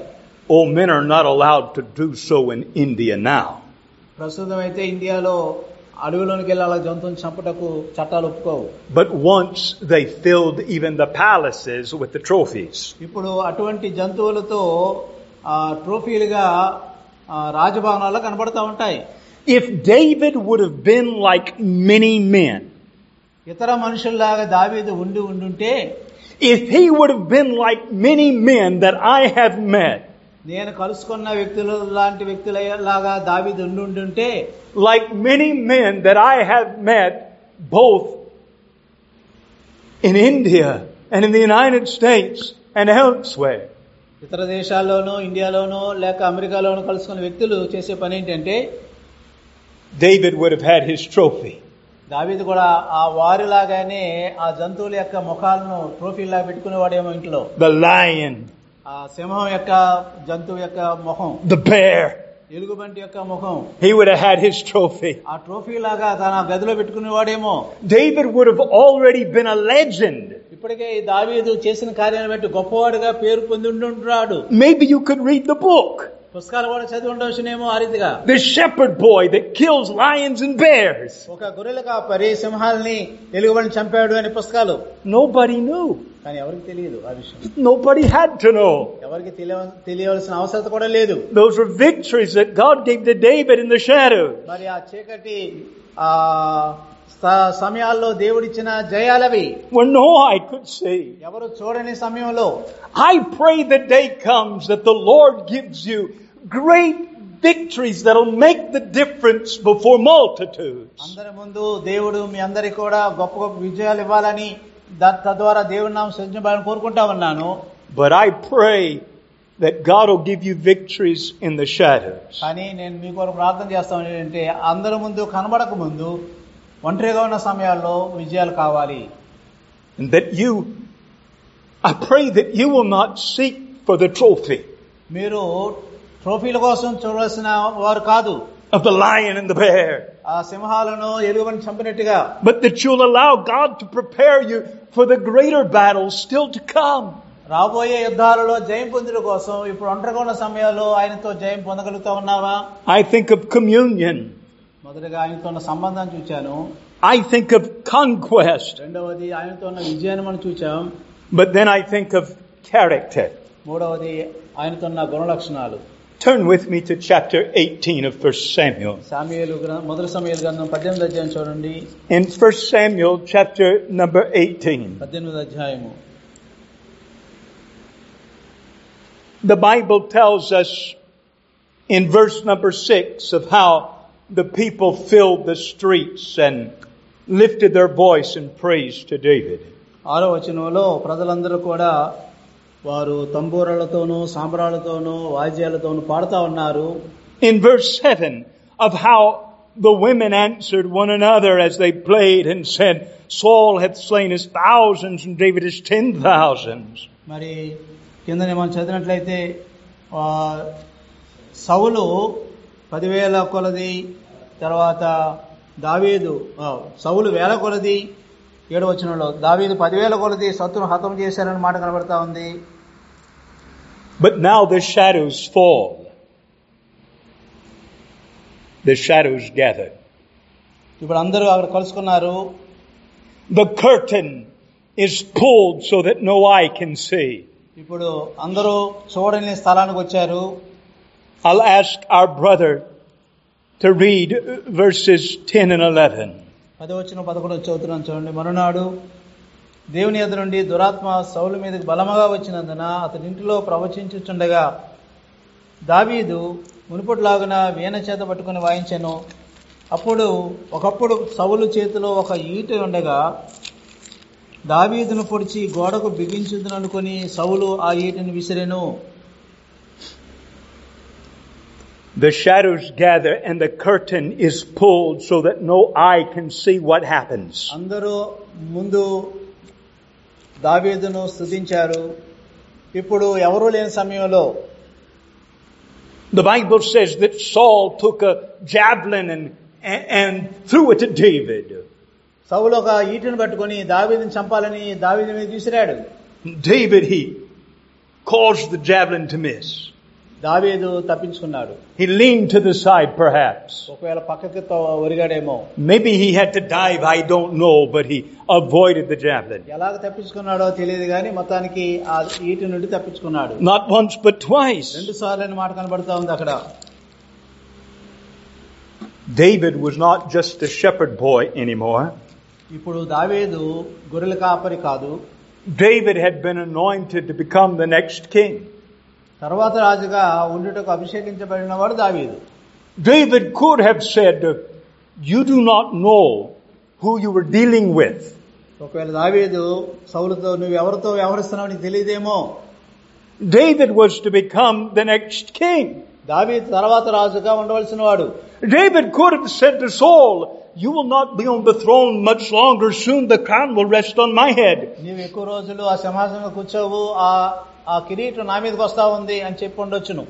S1: Oh, men are not allowed to do so in India now.
S2: ప్రస్తుతం అయితే ఇండియాలో అడవిలోనికి వెళ్ళి అలా జంతువుని చంపటకు చట్టాలు ఒప్పుకోవు
S1: But once they filled even the palaces with the trophies.
S2: ఇప్పుడు అటువంటి జంతువులతో ఆ, ట్రోఫీలుగా ఆ, రాజభవనాల్లో కనబడతా ఉంటాయి
S1: If David would have been like many men,
S2: ఇతర మనుషుల్లాగా దావీదు ఉండి ఉండుంటే
S1: if he would have been like many men that I have met,
S2: నేను కలుసుకున్న వ్యక్తులు లాంటి వ్యక్తులలాగా దావీదు ఉండి ఉండుంటే
S1: like many men that I have met both in India and in the United States and elsewhere.
S2: ఇతర దేశాల్లోనూ ఇండియాలోనూ లేక అమెరికాలోనూ కలుసుకున్న వ్యక్తులు చేసే పని ఏంటంటే
S1: David would have had his trophy.
S2: దావీదు కూడా ఆ వారిలాగానే ఆ జంతువుల యొక్క ముఖాలను ట్రోఫీలా పెట్టుకునేవాడేమో ఇంట్లో
S1: The lion,
S2: ఆ సింహం యొక్క జంతువు యొక్క ముఖం
S1: the bear,
S2: ఎలుగుబంటి యొక్క ముఖం
S1: he would have had his trophy.
S2: ఆ ట్రోఫీ లాగా తన గదిలో పెట్టుకునేవాడేమో
S1: David would have already been a legend.
S2: ఇప్పటికే ఈ దావీదు చేసిన కార్యాన్ని బట్టి గొప్పవాడుగా పేరు పొంది ఉండుంటున్నాడు
S1: Maybe you could read the book.
S2: పుస్తకాలు కూడా చదివి ఉండవచ్చునేమో ఆ రీతిగా
S1: The shepherd boy that kills lions and bears.
S2: ఒక గొర్రెల కాపరి సింహాల్ని ఎలుగుబంటిని చంపాడు అనే పుస్తకాలు
S1: Nobody knew.
S2: కానీ ఎవరికి తెలియదు ఆ విషయం
S1: Nobody had to know.
S2: ఎవరికి తెలియ- తెలియవలసిన అవసరం కూడా లేదు
S1: Those were victories that God gave to David in the shadows.
S2: మరి ఆ చీకటి ఆ స- సమయాల్లో దేవుడిచ్చిన జయాలవి
S1: where no eye could see.
S2: ఎవరు చూడని సమయంలో
S1: I pray the day comes that the Lord gives you great victories that'll make the difference before multitudes.
S2: అందరి ముందు దేవుడు మీ అందరికి కూడా గొప్ప గొప్ప విజయాలు ఇవ్వాలని ద- తద్వారా దేవుడి నామం సృజించాలని కోరుకుంటా ఉన్నాను
S1: But I pray that God will give you victories in the shadows.
S2: కానీ నేను మీ కొరకు ప్రార్థన చేస్తాను ఏంటంటే అందరి ముందు కనబడక ముందు ఒంటరిగా ఉన్న సమయాల్లో విజయాలు కావాలి
S1: And that you, I pray that you will not seek for the trophy
S2: మీరు ట్రోఫీల కోసం చూడవలసిన వారు కాదు
S1: of the lion and the bear,
S2: ఆ సింహాలను ఎలుగుబడిని చంపినట్టుగా
S1: but that you'll allow God to prepare you for the greater battles still to come.
S2: రాబోయే యుద్ధాలలో జయం పొందుట కోసం ఇప్పుడు ఒంటరిగా ఉన్న సమయాల్లో ఆయనతో జయం పొందగలుగుతా ఉన్నావా
S1: I think of communion.
S2: మొదటగా ఆయనతో ఉన్న సంబంధాన్ని చూచాను
S1: I think of conquest.
S2: రెండవది ఆయనతో ఉన్న విజయాన్ని మనం చూచాం
S1: But then I think of character.
S2: మూడవది ఆయనతో ఉన్న గుణ లక్షణాలు
S1: Turn with me to chapter 18 of 1 Samuel.
S2: Samuel మొదటి సమయాలు గ్రంథం పద్దెనిమిది అధ్యాయం చూడండి
S1: In 1 Samuel chapter number 18,
S2: పద్దెనిమిది అధ్యాయము
S1: the Bible tells us in verse number 6 of how the people filled the streets and lifted their voice in praise to David.
S2: ఆరో వచనంలో ప్రజలందరూ కూడా వారు తంబూరాలతోనూ సాంబ్రాలతోనూ వాద్యాలతోనూ పాడుతా ఉన్నారు
S1: In verse 7 of how the women answered one another as they played and said, Saul hath slain his thousands and David his ten thousands.
S2: మరి కిందనే మనం చదివినట్లయితే ఆ, సౌలు పదివేల కొలది తర్వాత దావీదు ఆ, సౌలు వేల కొలది ఏడు వచనంలో దావీదు పదివేల కొలది శత్రును హతం చేశారని మాట కనబడతా ఉంది
S1: But now the shadows fall. The shadows gather.
S2: ఇప్పుడు అందరూ అక్కడ కలుసుకున్నారు
S1: The curtain is pulled so that no eye can see.
S2: ఇప్పుడు అందరూ చూడని స్థలానికి వచ్చారు
S1: I'll ask our brother to read uh, verses 10 and 11.
S2: పదవచ్చిన పదకొండు చదువుతున్నాను చూడండి మరునాడు దేవుని ఎదురు నుండి దురాత్మ సౌలు మీదకి బలముగా వచ్చినందున అతని ఇంటిలో ప్రవచించుచుండగా దావీదు మునుపట్లాగున వీణ చేత పట్టుకుని వాయించెను అప్పుడు ఒకప్పుడు సౌలు చేతిలో ఒక ఈట ఉండగా దావీదును పొడిచి గోడకు బిగించుదననుకొని సౌలు ఆ ఈటను విసిరెను
S1: The shadows gather and the curtain is pulled so that no eye can see what happens.
S2: అందరూ ముందు దావీదును స్తుతించారు ఇప్పుడు ఎవరూ లేని సమయంలో
S1: The Bible says that Saul took a javelin and, and threw it at David.
S2: సౌలు ఒక ఈటను పట్టుకొని దావీదుని చంపాలని దావీదు మీద విసిరాడు
S1: David, he caused the javelin to miss.
S2: దావీదు తప్పించుకున్నాడు
S1: He leaned to the side perhaps.
S2: ఒకవేళ పక్కకి తో- ఒరిగాడేమో
S1: Maybe he had to dive, I don't know, but he avoided the javelin.
S2: ఎలాగ తప్పించుకున్నాడో తెలియదు కానీ మొత్తానికి ఆ ఈట నుండి తప్పించుకున్నాడు
S1: Not once but twice.
S2: రెండు సార్లు అనే మాట కనబడుతా ఉంది అక్కడ
S1: David was not just a shepherd boy anymore.
S2: ఇప్పుడు దావీదు గొర్రెల కాపరి కాదు
S1: David had been anointed to become the next king.
S2: తర్వాత రాజుగా ఉండుటకు అభిషేకించబడిన వాడు దావీదు
S1: David could have said, You do not know who you were dealing with.
S2: ఒకవేళ దావీదు సౌలుతో నువ్వు ఎవరితో వ్యవహరిస్తున్నావు నీకు తెలియదేమో
S1: David was to become the next king.
S2: దావీదు తర్వాత రాజుగా ఉండవలసిన వాడు
S1: David could have said to Saul, You will not be on the throne much longer. Soon the crown will rest on my head.
S2: నీవు ఎక్కువ రోజులు ఆ సింహాసనంలో కూర్చోవు ఆ ఆ కిరీటం నా మీదకి వస్తా ఉంది అని చెప్పి ఉండొచ్చును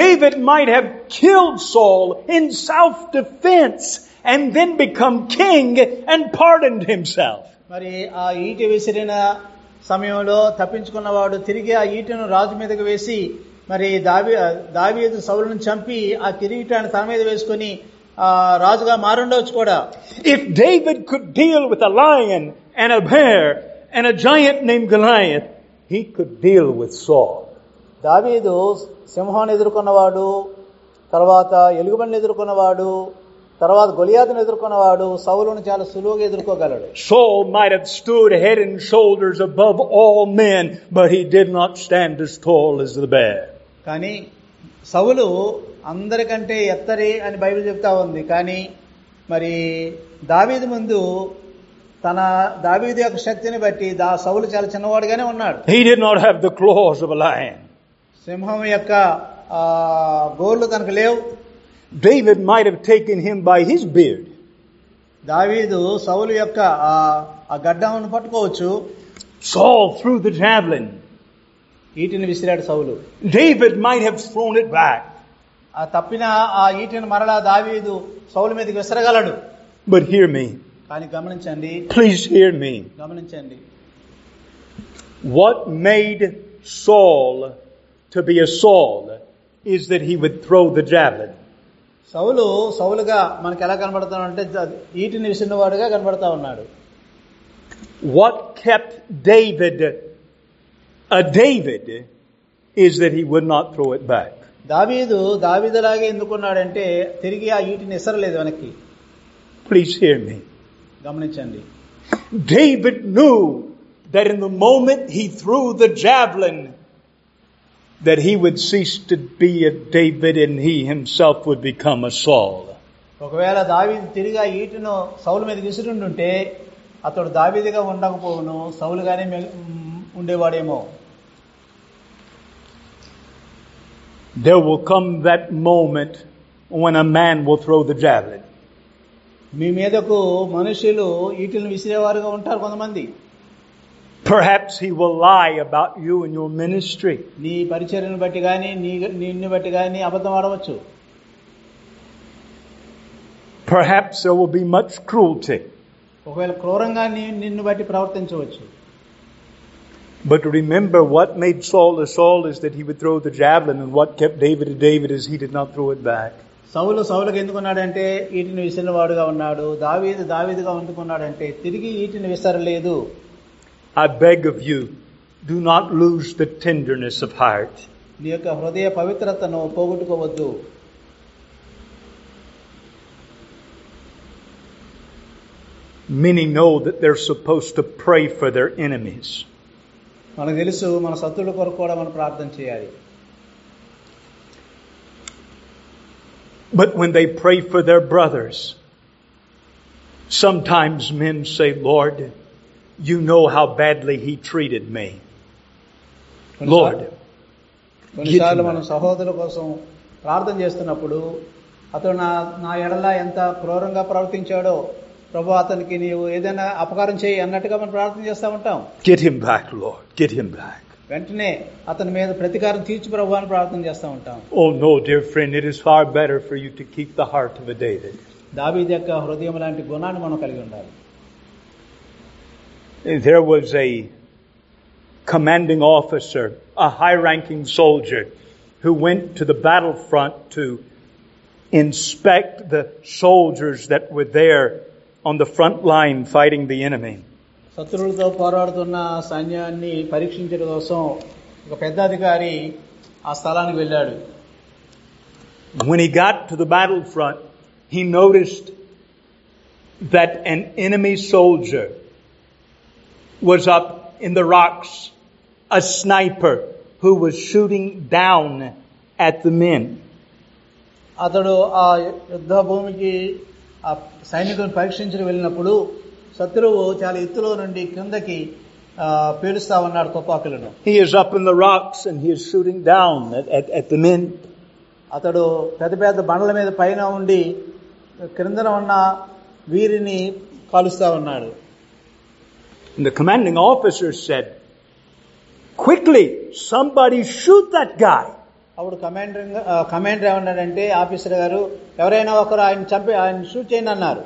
S1: David might have killed Saul in self defense and then become king and pardoned himself.
S2: మరి ఆ ఈట విసిరిన సమయంలో తప్పించుకున్నవాడు తిరిగి ఆ ఈటను రాజు మీదకి వేసి మరి దావి దావీదు సౌలను చంపి ఆ కిరీటాన్ని తన మీద వేసుకొని ఆ రాజుగా మారుండవచ్చు కూడా
S1: If David could deal with a lion and a bear and a giant named Goliath, he could deal with Saul.
S2: దావీదు సింహాన్ని ఎదుర్కొన్నవాడు తర్వాత ఎలుగుబండిని ఎదుర్కొన్నవాడు తర్వాత గొలియాతును ఎదుర్కొన్నవాడు సౌలును చాలా సులువుగా ఎదుర్కోగలడు
S1: Saul might have stood head and shoulders above all men, but he did not stand as tall as the bear.
S2: కానీ సౌలు అందరికంటే ఎత్తరి అని బైబిల్ చెప్తా ఉంది కానీ మరి దావీదు ముందు తన దావీదు యొక్క శక్తిని బట్టి దా సౌలు చాలా చిన్నవాడుగానే ఉన్నాడు
S1: He did not have the claws of a lion.
S2: సింహం యొక్క ఆ, గోర్లు తనకు లేవు
S1: David might have taken him by his beard.
S2: దావీదు సౌలు యొక్క ఆ ఆ గడ్డంను పట్టుకోవచ్చు
S1: Saul threw the javelin.
S2: ఈటిని విసిరాడు సౌలు
S1: David might have thrown it back,
S2: ఆ తప్పిన ఆ ఈటిని మరలా దావీదు సౌలు మీదకి విసరగలడు
S1: but hear me.
S2: కానీ గమనించండి
S1: Please hear me.
S2: గమనించండి
S1: What made Saul to be a Saul is that he would throw the javelin.
S2: సౌలు సౌలుగా మనకు ఎలా కనబడతాడు అంటే ఈటిని విసిరినవాడుగా కనబడతా ఉన్నాడు
S1: What kept David a David is that he would not throw it back.
S2: దావీదు దావీదులాగే ఎందుకున్నాడంటే తిరిగి ఆ ఈటిని ఇసరలేదు వెనక్కి
S1: Please hear me.
S2: గమనించండి
S1: David knew that in the moment he threw the javelin, that he would cease to be a David and he himself would become a Saul.
S2: ఒకవేళ దావీదు తిరిగి ఆ ఈటును సౌలు మీద విసిరిండుంటే అతడు దావీదుగా ఉండకపోవును సౌలుగానే మిగ- ఉండేవాడేమో
S1: There will come that moment when a man will throw the javelin.
S2: మీ మీదకు మనుషులు ఈటులను విసిరేవారుగా ఉంటారు కొంతమంది
S1: Perhaps he will lie about you and your ministry.
S2: నీ పరిచర్యను బట్టి కానీ నీ నిన్ను బట్టి కానీ అబద్ధం ఆడవచ్చు
S1: Perhaps there will be much cruelty.
S2: ఒకవేళ క్రూరంగా నీ నిన్ను బట్టి ప్రవర్తించవచ్చు
S1: But remember, what made Saul a Saul is that he would throw the javelin, and what kept David a David is he did not throw it back.
S2: సౌలు సౌలుకు ఎందుకున్నాడంటే ఈటిని విసిరినవాడుగా ఉన్నాడు దావీదు దావీదుగా ఎందుకున్నాడంటే తిరిగి ఈటిని విసరలేదు
S1: I beg of you, do not lose the tenderness of heart.
S2: నీ యొక్క హృదయ పవిత్రతను పోగొట్టుకోవద్దు
S1: Many know that they're supposed to pray for their enemies.
S2: మనకు తెలుసు మన శత్రువుల కొరకు కూడా మనం ప్రార్థన చేయాలి
S1: But when they pray for their brothers, sometimes men say, Lord, you know how badly he treated me. Lord,
S2: కొన్నిసార్లు మనం సహోదరుల కోసం ప్రార్థన చేస్తున్నప్పుడు అతడు నా నా ఎడల ఎంత క్రూరంగా ప్రవర్తించాడో ప్రభు అతనికి నీవు ఏదైనా అపకారం చేయి అన్నట్టుగా మనం ప్రార్థన చేస్తూ ఉంటాం
S1: get him back, Lord, get him back.
S2: వెంటనే అతని మీద ప్రతీకారం తీర్చు ప్రభు అని ప్రార్థన చేస్తూ ఉంటాం
S1: Oh no, dear friend, it is far better for you to keep the heart of a David.
S2: దావీదు యొక్క హృదయం లాంటి గుణాన్ని మనం కలిగి ఉండాలి
S1: There was a commanding officer, a high ranking soldier, who went to the battlefront to inspect the soldiers that were there on the front line fighting the enemy.
S2: శత్రువులతో పోరాడుతున్న సైన్యాన్ని పరీక్షించడం కోసం ఒక పెద్ద అధికారి ఆ స్థలానికి వెళ్ళాడు
S1: When he got to the battlefront, he noticed that an enemy soldier was up in the rocks, a sniper who was shooting down at the men.
S2: అతడు ఆ యుద్ధ భూమికి ఆ సైనికులను పరీక్షించడం వెళ్ళినప్పుడు శత్రువు చాలా ఎత్తులో నుండి కిందకి ఆ, పేలుస్తా ఉన్నాడు తుపాకులను
S1: He is up in the rocks and he is shooting down at, at, at the men.
S2: అతడు పెద్ద పెద్ద బండల మీద పైన ఉండి క్రిందన ఉన్న వీరిని కాలుస్తా ఉన్నాడు
S1: And the commanding officer said, Quickly, somebody shoot that guy.
S2: అప్పుడు కమాండర్ ఆ, కమాండర్ ఏమన్నాడంటే ఆఫీసర్ గారు ఎవరైనా ఒకరు ఆయన చంపి ఆయన షూట్ చేయండి అన్నారు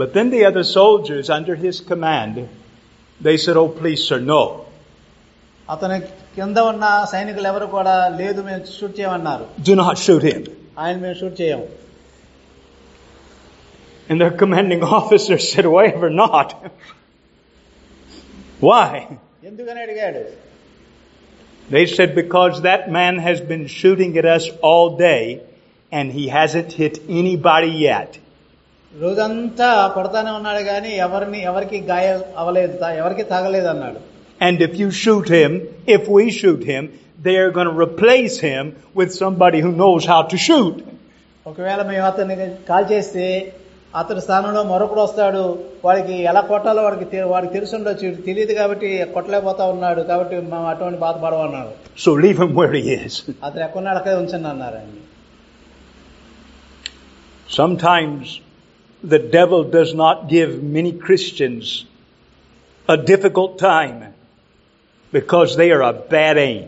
S1: But then the other soldiers under his command, they said, Oh, please, sir, no.
S2: అతని కింద ఉన్న సైనికులు ఎవరు కూడా లేదు మేము షూట్ చేయమన్నారు
S1: Do not shoot him.
S2: ఆయన మేము షూట్ చేయము
S1: And their commanding officer said, Why ever not? Why?
S2: ఎందుకని అడిగాడు
S1: They said, Because that man has been shooting at us all day and he hasn't hit anybody yet.
S2: రోజంతా కొడతానే ఉన్నాడు కానీ ఎవరిని ఎవరికి గాయం అవ్వలేదు తా- ఎవరికి తాగలేదు అన్నాడు
S1: And if you shoot him, if we shoot him, they are going to replace him with somebody who knows how to shoot.
S2: ఒకవేళ మేము అతన్ని కాల్ చేస్తే అతని స్థానంలో మరొకడు వస్తాడు వాడికి ఎలా కొట్టాలో వాడికి తె- వాడికి తెలిసి ఉండొచ్చు వీడికి తెలియదు కాబట్టి కొట్టలేకపోతా ఉన్నాడు కాబట్టి మేము అటువంటి బాధపడవు అన్నాడు
S1: So leave him where he is.
S2: అతను ఎక్కడున్నాడు అక్కడే ఉంచండి అన్నారు ఆయన
S1: Sometimes the devil does not give many Christians a difficult time because they are a bad aim.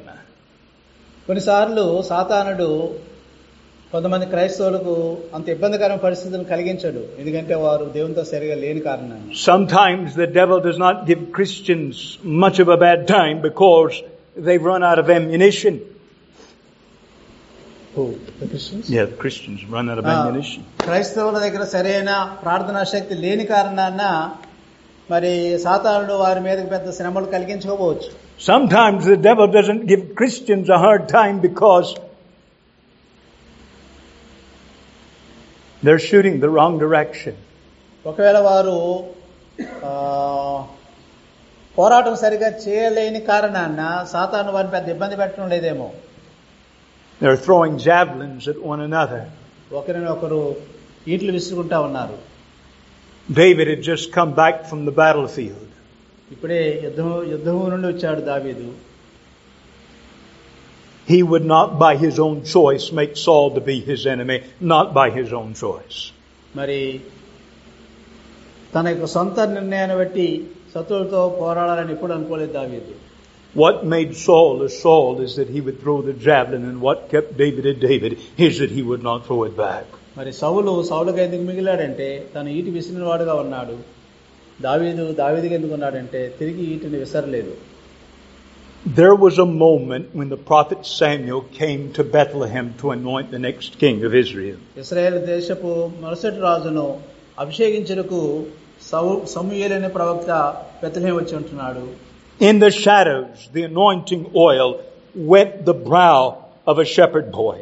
S2: కొన్నిసార్లు సాతానుడు కొంతమంది క్రైస్తవులకు అంత ఇబ్బందికరమైన పరిస్థితులను కలిగించడు ఎందుకంటే వారు దేవునితో సరిగా లేని కారణాన్ని
S1: Sometimes the devil does not give Christians much of a bad time because they run out of ammunition. Yeah, Christians run out of
S2: ఆ,
S1: ammunition.
S2: క్రైస్తవుల దగ్గర సరైన ప్రార్థనా శక్తి లేని కారణాన మరి సాతానుడు వారి మీదకి పెద్ద శ్రమలు కలిగించకపోవచ్చు
S1: Sometimes the devil doesn't give Christians a hard time because they're shooting the wrong direction.
S2: ఒకవేళ వారు ఆ, పోరాటం సరిగా చేయలేని కారణాన సాతాను వారిని పెద్ద ఇబ్బంది పెట్టడం లేదేమో
S1: They're throwing javelins at one another.
S2: ఒకరిని ఒకరు ఈట్లు విసురుకుంటా ఉన్నారు
S1: David had just come back from the battlefield.
S2: ఇప్పుడే యుద్ధం యుద్ధం నుండి వచ్చాడు దావీదు
S1: He would not by his own choice make Saul to be his enemy, not by his own choice.
S2: మరి తన యొక్క సొంత నిర్ణయాన్ని బట్టి శత్రువులతో పోరాడాలని ఎప్పుడు అనుకోలేదు దావీదు
S1: What made Saul a Saul is that he would throw the javelin, and what kept David a David is that he would not throw it back.
S2: మరి సౌలు సౌలుగా ఎందుకు మిగిలాడంటే తను ఈటి విసిరినవాడుగా ఉన్నాడు దావీదు దావీదుగా ఎందుకు ఉన్నాడంటే తిరిగి ఈటిని విసరలేదు
S1: There was a moment when the prophet Samuel came to Bethlehem to anoint the next king of Israel.
S2: Israel దేశపు మరుసటి రాజును అభిషేకించుటకు సౌ- సమూయేలు అనే ప్రవక్త బెత్లహేం వచ్చి ఉంటున్నాడు
S1: In the shadows, the anointing oil wet the brow of a shepherd boy.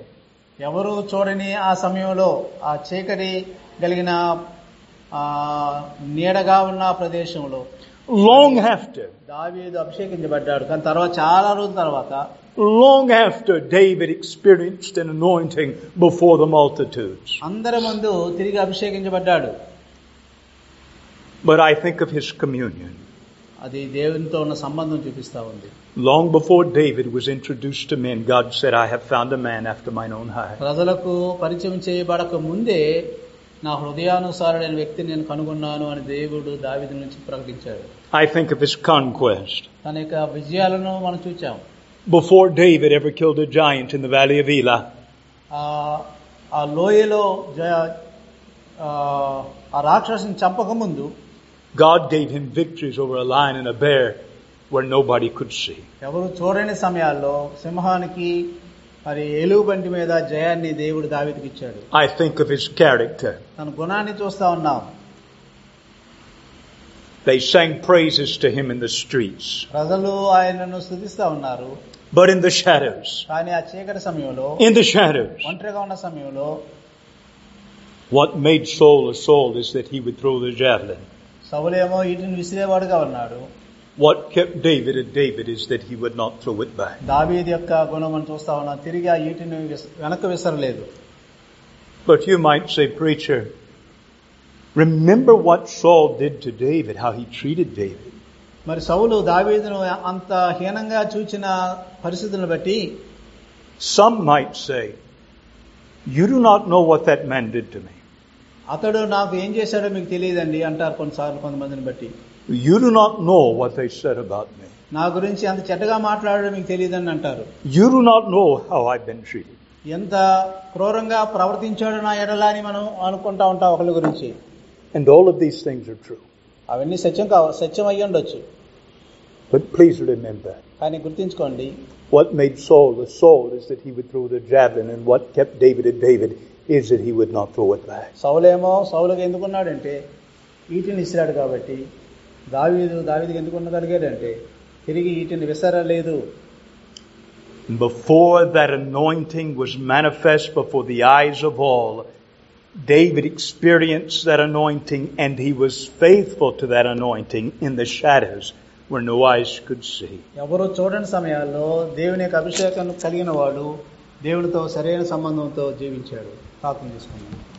S2: ఎవరు చూడని ఆ సమయంలో ఆ చీకటి కలిగిన ఆ నీడగా ఉన్న ప్రదేశంలో
S1: Long after,
S2: దావీదు అభిషేకించబడ్డాడు కానీ తర్వాత చాలా రోజుల తర్వాత
S1: long after David experienced an anointing before the multitudes.
S2: అందరి ముందు తిరిగి అభిషేకించబడ్డాడు
S1: But I think of his communion.
S2: అది దేవునితో ఉన్న సంబంధం చూపిస్తా ఉంది
S1: Long before David was introduced to men, God said, I have found a man after mine own heart.
S2: ప్రజలకు పరిచయం చేయబడక ముందే నా హృదయానుసారుడైన వ్యక్తిని నేను కనుగొన్నాను అని దేవుడు దావిది నుంచి ప్రకటించాడు
S1: I think of his conquest.
S2: తన యొక్క విజయాలను మనం చూచాం
S1: Before David ever killed a giant in the valley of Elah,
S2: ఆ ఆ లోయలో జ- ఆ ఆ రాక్షసుని చంపకముందు
S1: God gave him victories over a lion and a bear where nobody could see.
S2: ఎవరు చూడని సమయాల్లో సింహానికి మరి ఎలుగుబంటి మీద జయాన్ని దేవుడు దావీదుకి ఇచ్చాడు
S1: I think of his character.
S2: తన గుణాన్ని చూస్తా ఉన్నాం
S1: They sang praises to him in the streets,
S2: ప్రజలు ఆయనను స్థుతిస్తా ఉన్నారు
S1: but in the shadows,
S2: కానీ ఆ చీకటి సమయంలో
S1: in the shadows,
S2: ఒంటరిగా ఉన్న సమయంలో
S1: what made Saul a Saul is that he would throw the javelin.
S2: సౌలేమో ఈటిని విసిరేవాడుగా ఉన్నాడు
S1: What kept David a David is that he would not throw it back.
S2: దావీది యొక్క గుణం మనం చూస్తా ఉన్నాం తిరిగి ఆ ఈటిని విస- వెనక్కి విసరలేదు
S1: But you might say, preacher, remember what Saul did to David, how he treated David.
S2: మరి సౌలు దావీదును అంత హీనంగా చూచిన పరిస్థితులను బట్టి
S1: Some might say, you do not know what that man did to me.
S2: అతడు నాకు ఏం చేశాడో మీకు తెలియదండి అంటారు కొన్నిసార్లు కొంతమందిని బట్టి
S1: You do not know what they said about me.
S2: నా గురించి అంత చెడ్డగా మాట్లాడడం మీకు తెలియదని అంటారు
S1: You do not know how I've been treated.
S2: ఎంత క్రూరంగా ప్రవర్తించాడు నా ఎడలా అని మనం అనుకుంటా ఉంటాం ఒకళ్ళ గురించి
S1: And all of these things are true.
S2: అవన్నీ సత్యం కావ సత్యం అయ్యి ఉండొచ్చు
S1: But please remember,
S2: కానీ గుర్తుంచుకోండి
S1: what made Saul a Saul is that he would throw the javelin, and what kept David a David is that he would not throw it back.
S2: సౌలేమో సౌలుగా ఎందుకున్నాడంటే ఈటిని ఇసిరాడు కాబట్టి దావీదు దావీదుకి ఎందుకు ఉండగలిగాడంటే తిరిగి ఈటిని విసరలేదు
S1: Before that anointing was manifest before the eyes of all, David experienced that anointing and he was faithful to that anointing in the shadows where no eyes could see.
S2: ఎవరు చూడని సమయాల్లో దేవుని యొక్క అభిషేకం కలిగిన వాడు దేవుడితో సరైన సంబంధంతో జీవించాడు పాపం చేసుకున్నాడు